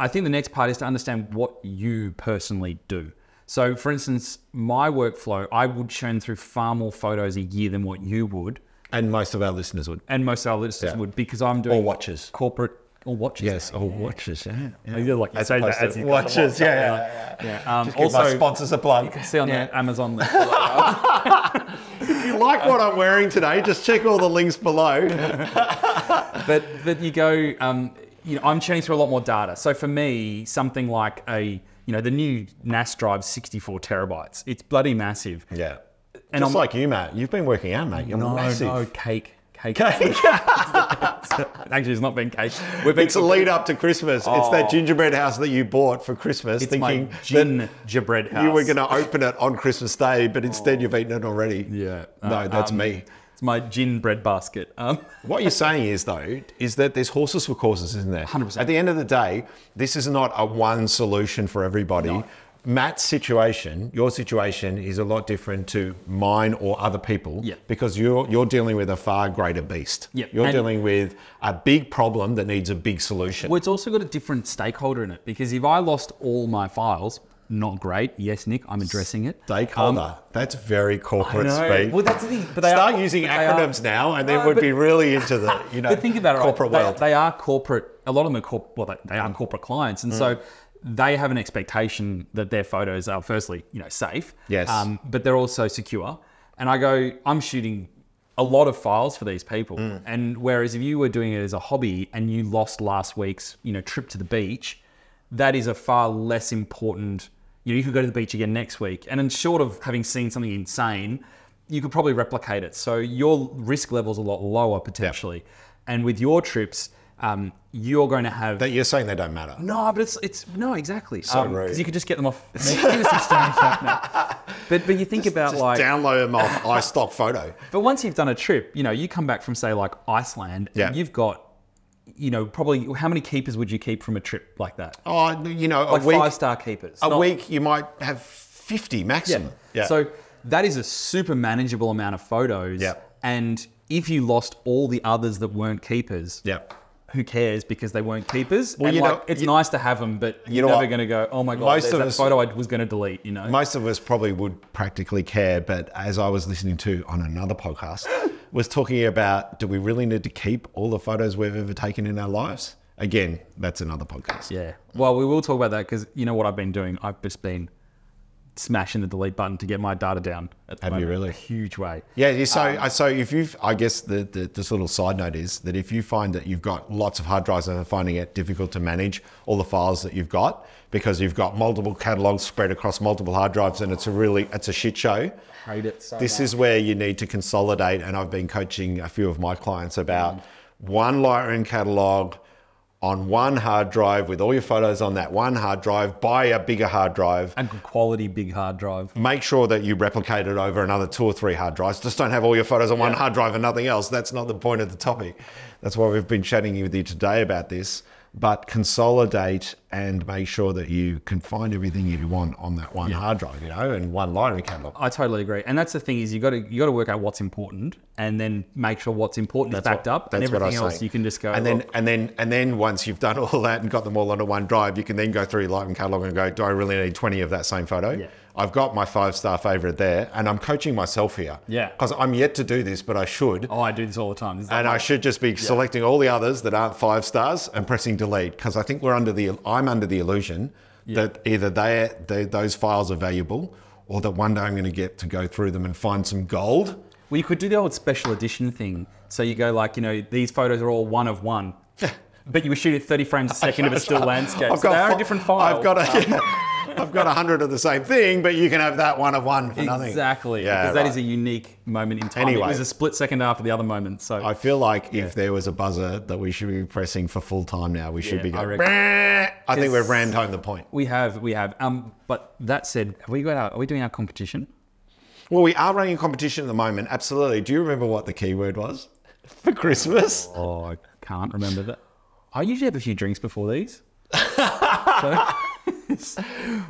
[SPEAKER 1] I think the next part is to understand what you personally do. So, for instance, my workflow, I would churn through far more photos a year than what you would,
[SPEAKER 2] And most of our listeners would.
[SPEAKER 1] and most of our listeners
[SPEAKER 2] Yeah.
[SPEAKER 1] would, because I'm doing
[SPEAKER 2] Or watches.
[SPEAKER 1] corporate or watches.
[SPEAKER 2] Yes, or watches. Oh, Yeah. yeah.
[SPEAKER 1] You're like, you say that as you cut the
[SPEAKER 2] watches.
[SPEAKER 1] watch up,
[SPEAKER 2] yeah,
[SPEAKER 1] you're
[SPEAKER 2] yeah,
[SPEAKER 1] like,
[SPEAKER 2] yeah, yeah.
[SPEAKER 1] Um,
[SPEAKER 2] also,
[SPEAKER 1] also,
[SPEAKER 2] sponsors a plug.
[SPEAKER 1] see on the Amazon list.
[SPEAKER 2] If you like what I'm wearing today, just check all the links below.
[SPEAKER 1] but but you go, um, you know, I'm churning through a lot more data. So for me, something like a you know the new NAS drive, 64 terabytes. It's bloody massive.
[SPEAKER 2] Yeah. And
[SPEAKER 1] And I'm-
[SPEAKER 2] Just like you, Matt. You've been working out, mate. You're
[SPEAKER 1] No,
[SPEAKER 2] massive.
[SPEAKER 1] no, cake, cake.
[SPEAKER 2] Okay.
[SPEAKER 1] Actually, it's not been cake. We've been Oh.
[SPEAKER 2] It's a lead up to Christmas. It's that gingerbread house that you bought for Christmas,
[SPEAKER 1] it's my
[SPEAKER 2] thinking that
[SPEAKER 1] gingerbread house.
[SPEAKER 2] you were going to open it on Christmas Day, but instead you've eaten it already.
[SPEAKER 1] Yeah.
[SPEAKER 2] No,
[SPEAKER 1] Uh,
[SPEAKER 2] that's
[SPEAKER 1] um,
[SPEAKER 2] me.
[SPEAKER 1] It's my gin bread basket. Um,
[SPEAKER 2] What you're saying is, though, is that there's horses for courses, isn't there?
[SPEAKER 1] 100%.
[SPEAKER 2] At the end of the day, this is not a one solution for everybody. Matt's situation, your situation, is a lot different to mine or other people
[SPEAKER 1] Yeah.
[SPEAKER 2] because you're you're dealing with a far greater beast.
[SPEAKER 1] Yeah,
[SPEAKER 2] You're
[SPEAKER 1] and-
[SPEAKER 2] dealing with a big problem that needs a big solution.
[SPEAKER 1] well, it's also got a different stakeholder in it because if I lost all my files, not great. Yes, Nick, I'm addressing it.
[SPEAKER 2] Stakeholder. that's very corporate
[SPEAKER 1] um, I know.
[SPEAKER 2] speak.
[SPEAKER 1] Well, that's the thing, but they
[SPEAKER 2] Start
[SPEAKER 1] are-
[SPEAKER 2] using
[SPEAKER 1] but they are-
[SPEAKER 2] acronyms now, and then
[SPEAKER 1] No,
[SPEAKER 2] we'd
[SPEAKER 1] but-
[SPEAKER 2] be really into the you know
[SPEAKER 1] but think about it. right?
[SPEAKER 2] corporate
[SPEAKER 1] They-
[SPEAKER 2] world.
[SPEAKER 1] They, are corporate. A lot of them are corp. Well, they, they are corporate clients, and
[SPEAKER 2] Mm.
[SPEAKER 1] so they have an expectation that their photos are firstly, you know, safe. Um,
[SPEAKER 2] Yes.
[SPEAKER 1] but they're also secure. And I go, I'm shooting a lot of files for these people. And whereas if you were doing it as a hobby and you lost last week's, you know, trip to the beach, that is a far less important. You know, you could go to the beach again next week, and in short of having seen something insane, you could probably replicate it. So your risk level's a lot lower potentially. And with your trips, um, you're going to have
[SPEAKER 2] that you're saying they don't matter.
[SPEAKER 1] no, but it's it's no exactly. So
[SPEAKER 2] rude.
[SPEAKER 1] you could just get them off. Give us some strange stuff now. But but you think about
[SPEAKER 2] Just
[SPEAKER 1] like.
[SPEAKER 2] download them off iStock photo.
[SPEAKER 1] But once you've done a trip, you know you come back from say like Iceland.
[SPEAKER 2] Yeah.
[SPEAKER 1] And you've got, you know, probably how many keepers would you keep from a trip like that?
[SPEAKER 2] Oh, you know,
[SPEAKER 1] Like
[SPEAKER 2] a week.
[SPEAKER 1] five star keepers.
[SPEAKER 2] a
[SPEAKER 1] not-
[SPEAKER 2] week, you might have fifty maximum.
[SPEAKER 1] So that is a super manageable amount of photos.
[SPEAKER 2] Yeah.
[SPEAKER 1] And if you lost all the others that weren't keepers.
[SPEAKER 2] yeah.
[SPEAKER 1] Who cares? Because they weren't keepers.
[SPEAKER 2] Well,
[SPEAKER 1] and
[SPEAKER 2] you
[SPEAKER 1] like,
[SPEAKER 2] know,
[SPEAKER 1] it's
[SPEAKER 2] you-
[SPEAKER 1] nice to have them, but
[SPEAKER 2] You
[SPEAKER 1] you
[SPEAKER 2] know
[SPEAKER 1] are never
[SPEAKER 2] what?
[SPEAKER 1] going to go. Oh my god,
[SPEAKER 2] Most
[SPEAKER 1] there's
[SPEAKER 2] of
[SPEAKER 1] that
[SPEAKER 2] us-
[SPEAKER 1] photo I was going to delete. You know.
[SPEAKER 2] Most of us probably would practically care, but as I was listening to on another podcast, was talking about do we really need to keep all the photos we've ever taken in our lives? Again, that's another podcast.
[SPEAKER 1] Yeah. Well, we will talk about that because you know what I've been doing? I've just been smashing the delete button to get my data down. At the
[SPEAKER 2] Have you
[SPEAKER 1] moment,
[SPEAKER 2] really?
[SPEAKER 1] A huge way.
[SPEAKER 2] Yeah, you- so I so if you've, I guess the, the this little side note is that if you find that you've got lots of hard drives and are finding it difficult to manage all the files that you've got because you've got multiple catalogs spread across multiple hard drives and it's a really it's a shit show.
[SPEAKER 1] Hate it so
[SPEAKER 2] This is where you need to consolidate, and I've been coaching a few of my clients about one Lightroom catalog on one hard drive with all your photos on that one hard drive. Buy a bigger hard drive
[SPEAKER 1] A good quality big hard drive.
[SPEAKER 2] make sure that you replicate it over another two or three hard drives. Just don't have all your photos on one hard drive and nothing else. That's not the point of the topic. That's why we've been chatting with you today about this. But consolidate and make sure that you can find everything you want on that one hard drive, you know, and one library catalog.
[SPEAKER 1] I totally agree, and that's the thing is you got to you got to work out what's important, and then make sure what's important is backed up, and everything else you can just go. "Oh."
[SPEAKER 2] And then,
[SPEAKER 1] "Look,
[SPEAKER 2] and then, and then, once you've done all that and got them all onto one drive, you can then go through your Lightroom catalog and go, "Do I really need twenty of that same photo?
[SPEAKER 1] Yeah.
[SPEAKER 2] I've got my five star favorite there, and I'm coaching myself here.
[SPEAKER 1] Yeah.
[SPEAKER 2] because I'm yet to do this, but I should.
[SPEAKER 1] oh, I do this all the time. This is
[SPEAKER 2] And
[SPEAKER 1] like-
[SPEAKER 2] I should just be selecting all the others that aren't five stars and pressing delete because I think we're under the I'm under the illusion that either they, they those files are valuable or that one day I'm going to get to go through them and find some gold.
[SPEAKER 1] well, you could do the old special edition thing, so you go like, you know, these photos are all one of one, but you were shooting at 30 frames a second of a still landscape. so they are
[SPEAKER 2] fi-
[SPEAKER 1] a different file. Um,
[SPEAKER 2] I've got a, I've got a hundred of the same thing, but you can have that one of one for nothing.
[SPEAKER 1] Exactly.
[SPEAKER 2] Yeah,
[SPEAKER 1] because that
[SPEAKER 2] right.
[SPEAKER 1] is a unique moment in time.
[SPEAKER 2] Anyway.
[SPEAKER 1] It was a split second after the other moment. So
[SPEAKER 2] I feel like if there was a buzzer that we should be pressing for full time now, we should
[SPEAKER 1] Yeah,
[SPEAKER 2] be
[SPEAKER 1] I
[SPEAKER 2] going.
[SPEAKER 1] reckon.
[SPEAKER 2] "Bah!" I think we've
[SPEAKER 1] Because-
[SPEAKER 2] rammed home the point.
[SPEAKER 1] we have, we have. Um, but that said, have we got our, are we doing our competition?
[SPEAKER 2] Well, we are running a competition at the moment. Absolutely. Do you remember what the keyword was for Christmas?
[SPEAKER 1] Oh, I can't remember that. I usually have a few drinks before these.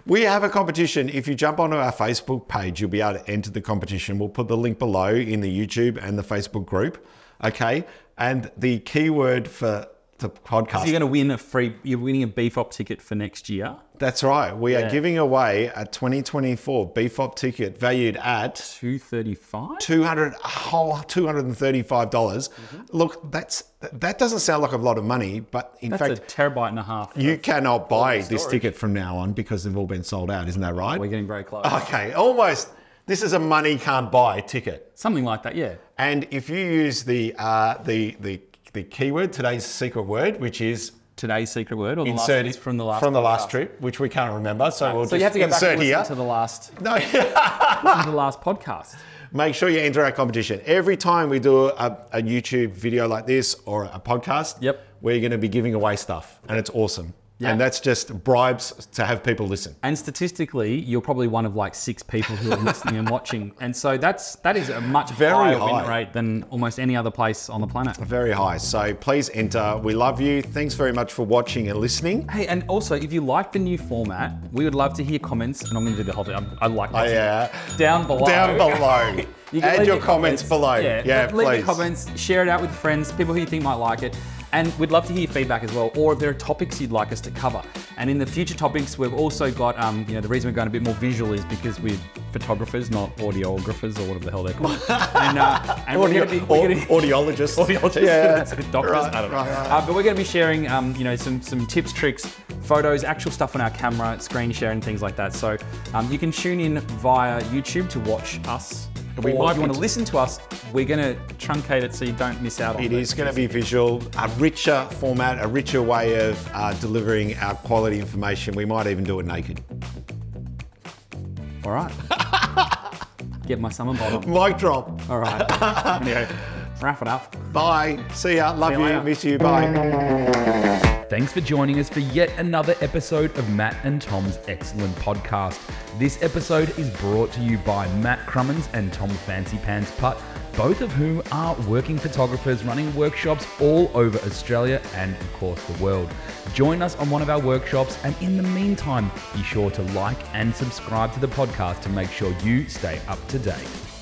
[SPEAKER 2] We have a competition. If you jump onto our Facebook page, you'll be able to enter the competition. We'll put the link below in the YouTube and the Facebook group. Okay. And the keyword for the podcast.
[SPEAKER 1] So you're going to win a free, you're winning a beef op ticket for next year.
[SPEAKER 2] that's right. We are
[SPEAKER 1] Yeah.
[SPEAKER 2] giving away a 2024 BFOP ticket valued at
[SPEAKER 1] 235?
[SPEAKER 2] 200 a whole 235 dollars.
[SPEAKER 1] Mm-hmm.
[SPEAKER 2] Look, that's that doesn't sound like a lot of money, but in
[SPEAKER 1] That's
[SPEAKER 2] fact
[SPEAKER 1] a terabyte and a half.
[SPEAKER 2] you cannot buy this ticket from now on because they've all been sold out, isn't that right?
[SPEAKER 1] We're getting very close.
[SPEAKER 2] Okay, almost. This is a money can't buy ticket.
[SPEAKER 1] Something like that, yeah.
[SPEAKER 2] And if you use the uh, the the the keyword today's secret word, which is
[SPEAKER 1] Today's secret word or the last
[SPEAKER 2] insert
[SPEAKER 1] is from the last
[SPEAKER 2] from the last
[SPEAKER 1] podcast.
[SPEAKER 2] trip, which we can't remember, so we'll
[SPEAKER 1] So
[SPEAKER 2] just
[SPEAKER 1] you have to go back
[SPEAKER 2] insert
[SPEAKER 1] and listen
[SPEAKER 2] here.
[SPEAKER 1] to the last,
[SPEAKER 2] no,
[SPEAKER 1] listen to the last podcast.
[SPEAKER 2] Make sure you enter our competition. Every time we do a, a YouTube video like this or a podcast,
[SPEAKER 1] Yep.
[SPEAKER 2] we're going to be giving away stuff, and it's awesome.
[SPEAKER 1] Yeah.
[SPEAKER 2] And that's just bribes to have people listen.
[SPEAKER 1] And statistically, you're probably one of like six people who are listening and watching. And so that's that is a much
[SPEAKER 2] Very
[SPEAKER 1] higher win
[SPEAKER 2] high.
[SPEAKER 1] rate than almost any other place on the planet.
[SPEAKER 2] Very high. So please enter. We love you. Thanks very much for watching and listening.
[SPEAKER 1] Hey, and also if you like the new format, we would love to hear comments. And I'm going to do the whole thing. I, I like
[SPEAKER 2] Oh,
[SPEAKER 1] that.
[SPEAKER 2] yeah.
[SPEAKER 1] Down below.
[SPEAKER 2] Down below.
[SPEAKER 1] You can
[SPEAKER 2] Add
[SPEAKER 1] leave
[SPEAKER 2] your comments, below. Yeah,
[SPEAKER 1] le-
[SPEAKER 2] please.
[SPEAKER 1] leave your comments, share it out with friends, people who you think might like it. And we'd love to hear your feedback as well, or if there are topics you'd like us to cover. And in the future topics, we've also got, um, you know, the reason we're going a bit more visual is because we're photographers, not audiographers or whatever the hell they're called. and uh, and we're
[SPEAKER 2] Audio,
[SPEAKER 1] going to be, we're gonna-
[SPEAKER 2] au- audiologists.
[SPEAKER 1] audiologists,
[SPEAKER 2] Yeah.
[SPEAKER 1] that's it, doctors,
[SPEAKER 2] Right,
[SPEAKER 1] I don't know.
[SPEAKER 2] right, right.
[SPEAKER 1] Uh, but we're going to be sharing, um, you know, some some tips, tricks, photos, actual stuff on our camera, screen sharing, things like that. So um, you can tune in via YouTube to watch us.
[SPEAKER 2] We
[SPEAKER 1] or
[SPEAKER 2] might
[SPEAKER 1] if you
[SPEAKER 2] be
[SPEAKER 1] want
[SPEAKER 2] t-
[SPEAKER 1] to listen to us, we're going to truncate it so you don't miss out on
[SPEAKER 2] It
[SPEAKER 1] it.
[SPEAKER 2] is going to be visual, a richer format, a richer way of uh, delivering our quality information. We might even do it naked.
[SPEAKER 1] All right. Get my summer bottle.
[SPEAKER 2] Mic drop.
[SPEAKER 1] All right. Anyway, wrap it up.
[SPEAKER 2] Bye. See ya. Love
[SPEAKER 1] See you
[SPEAKER 2] you.
[SPEAKER 1] later.
[SPEAKER 2] Miss you. Bye.
[SPEAKER 5] Thanks for joining us for yet another episode of Matt and Tom's Excellent Podcast. This episode is brought to you by Matt Crummins and Tom Fancy Pants Putt, both of whom are working photographers running workshops all over Australia and, of course, the world. Join us on one of our workshops, and in the meantime, be sure to like and subscribe to the podcast to make sure you stay up to date.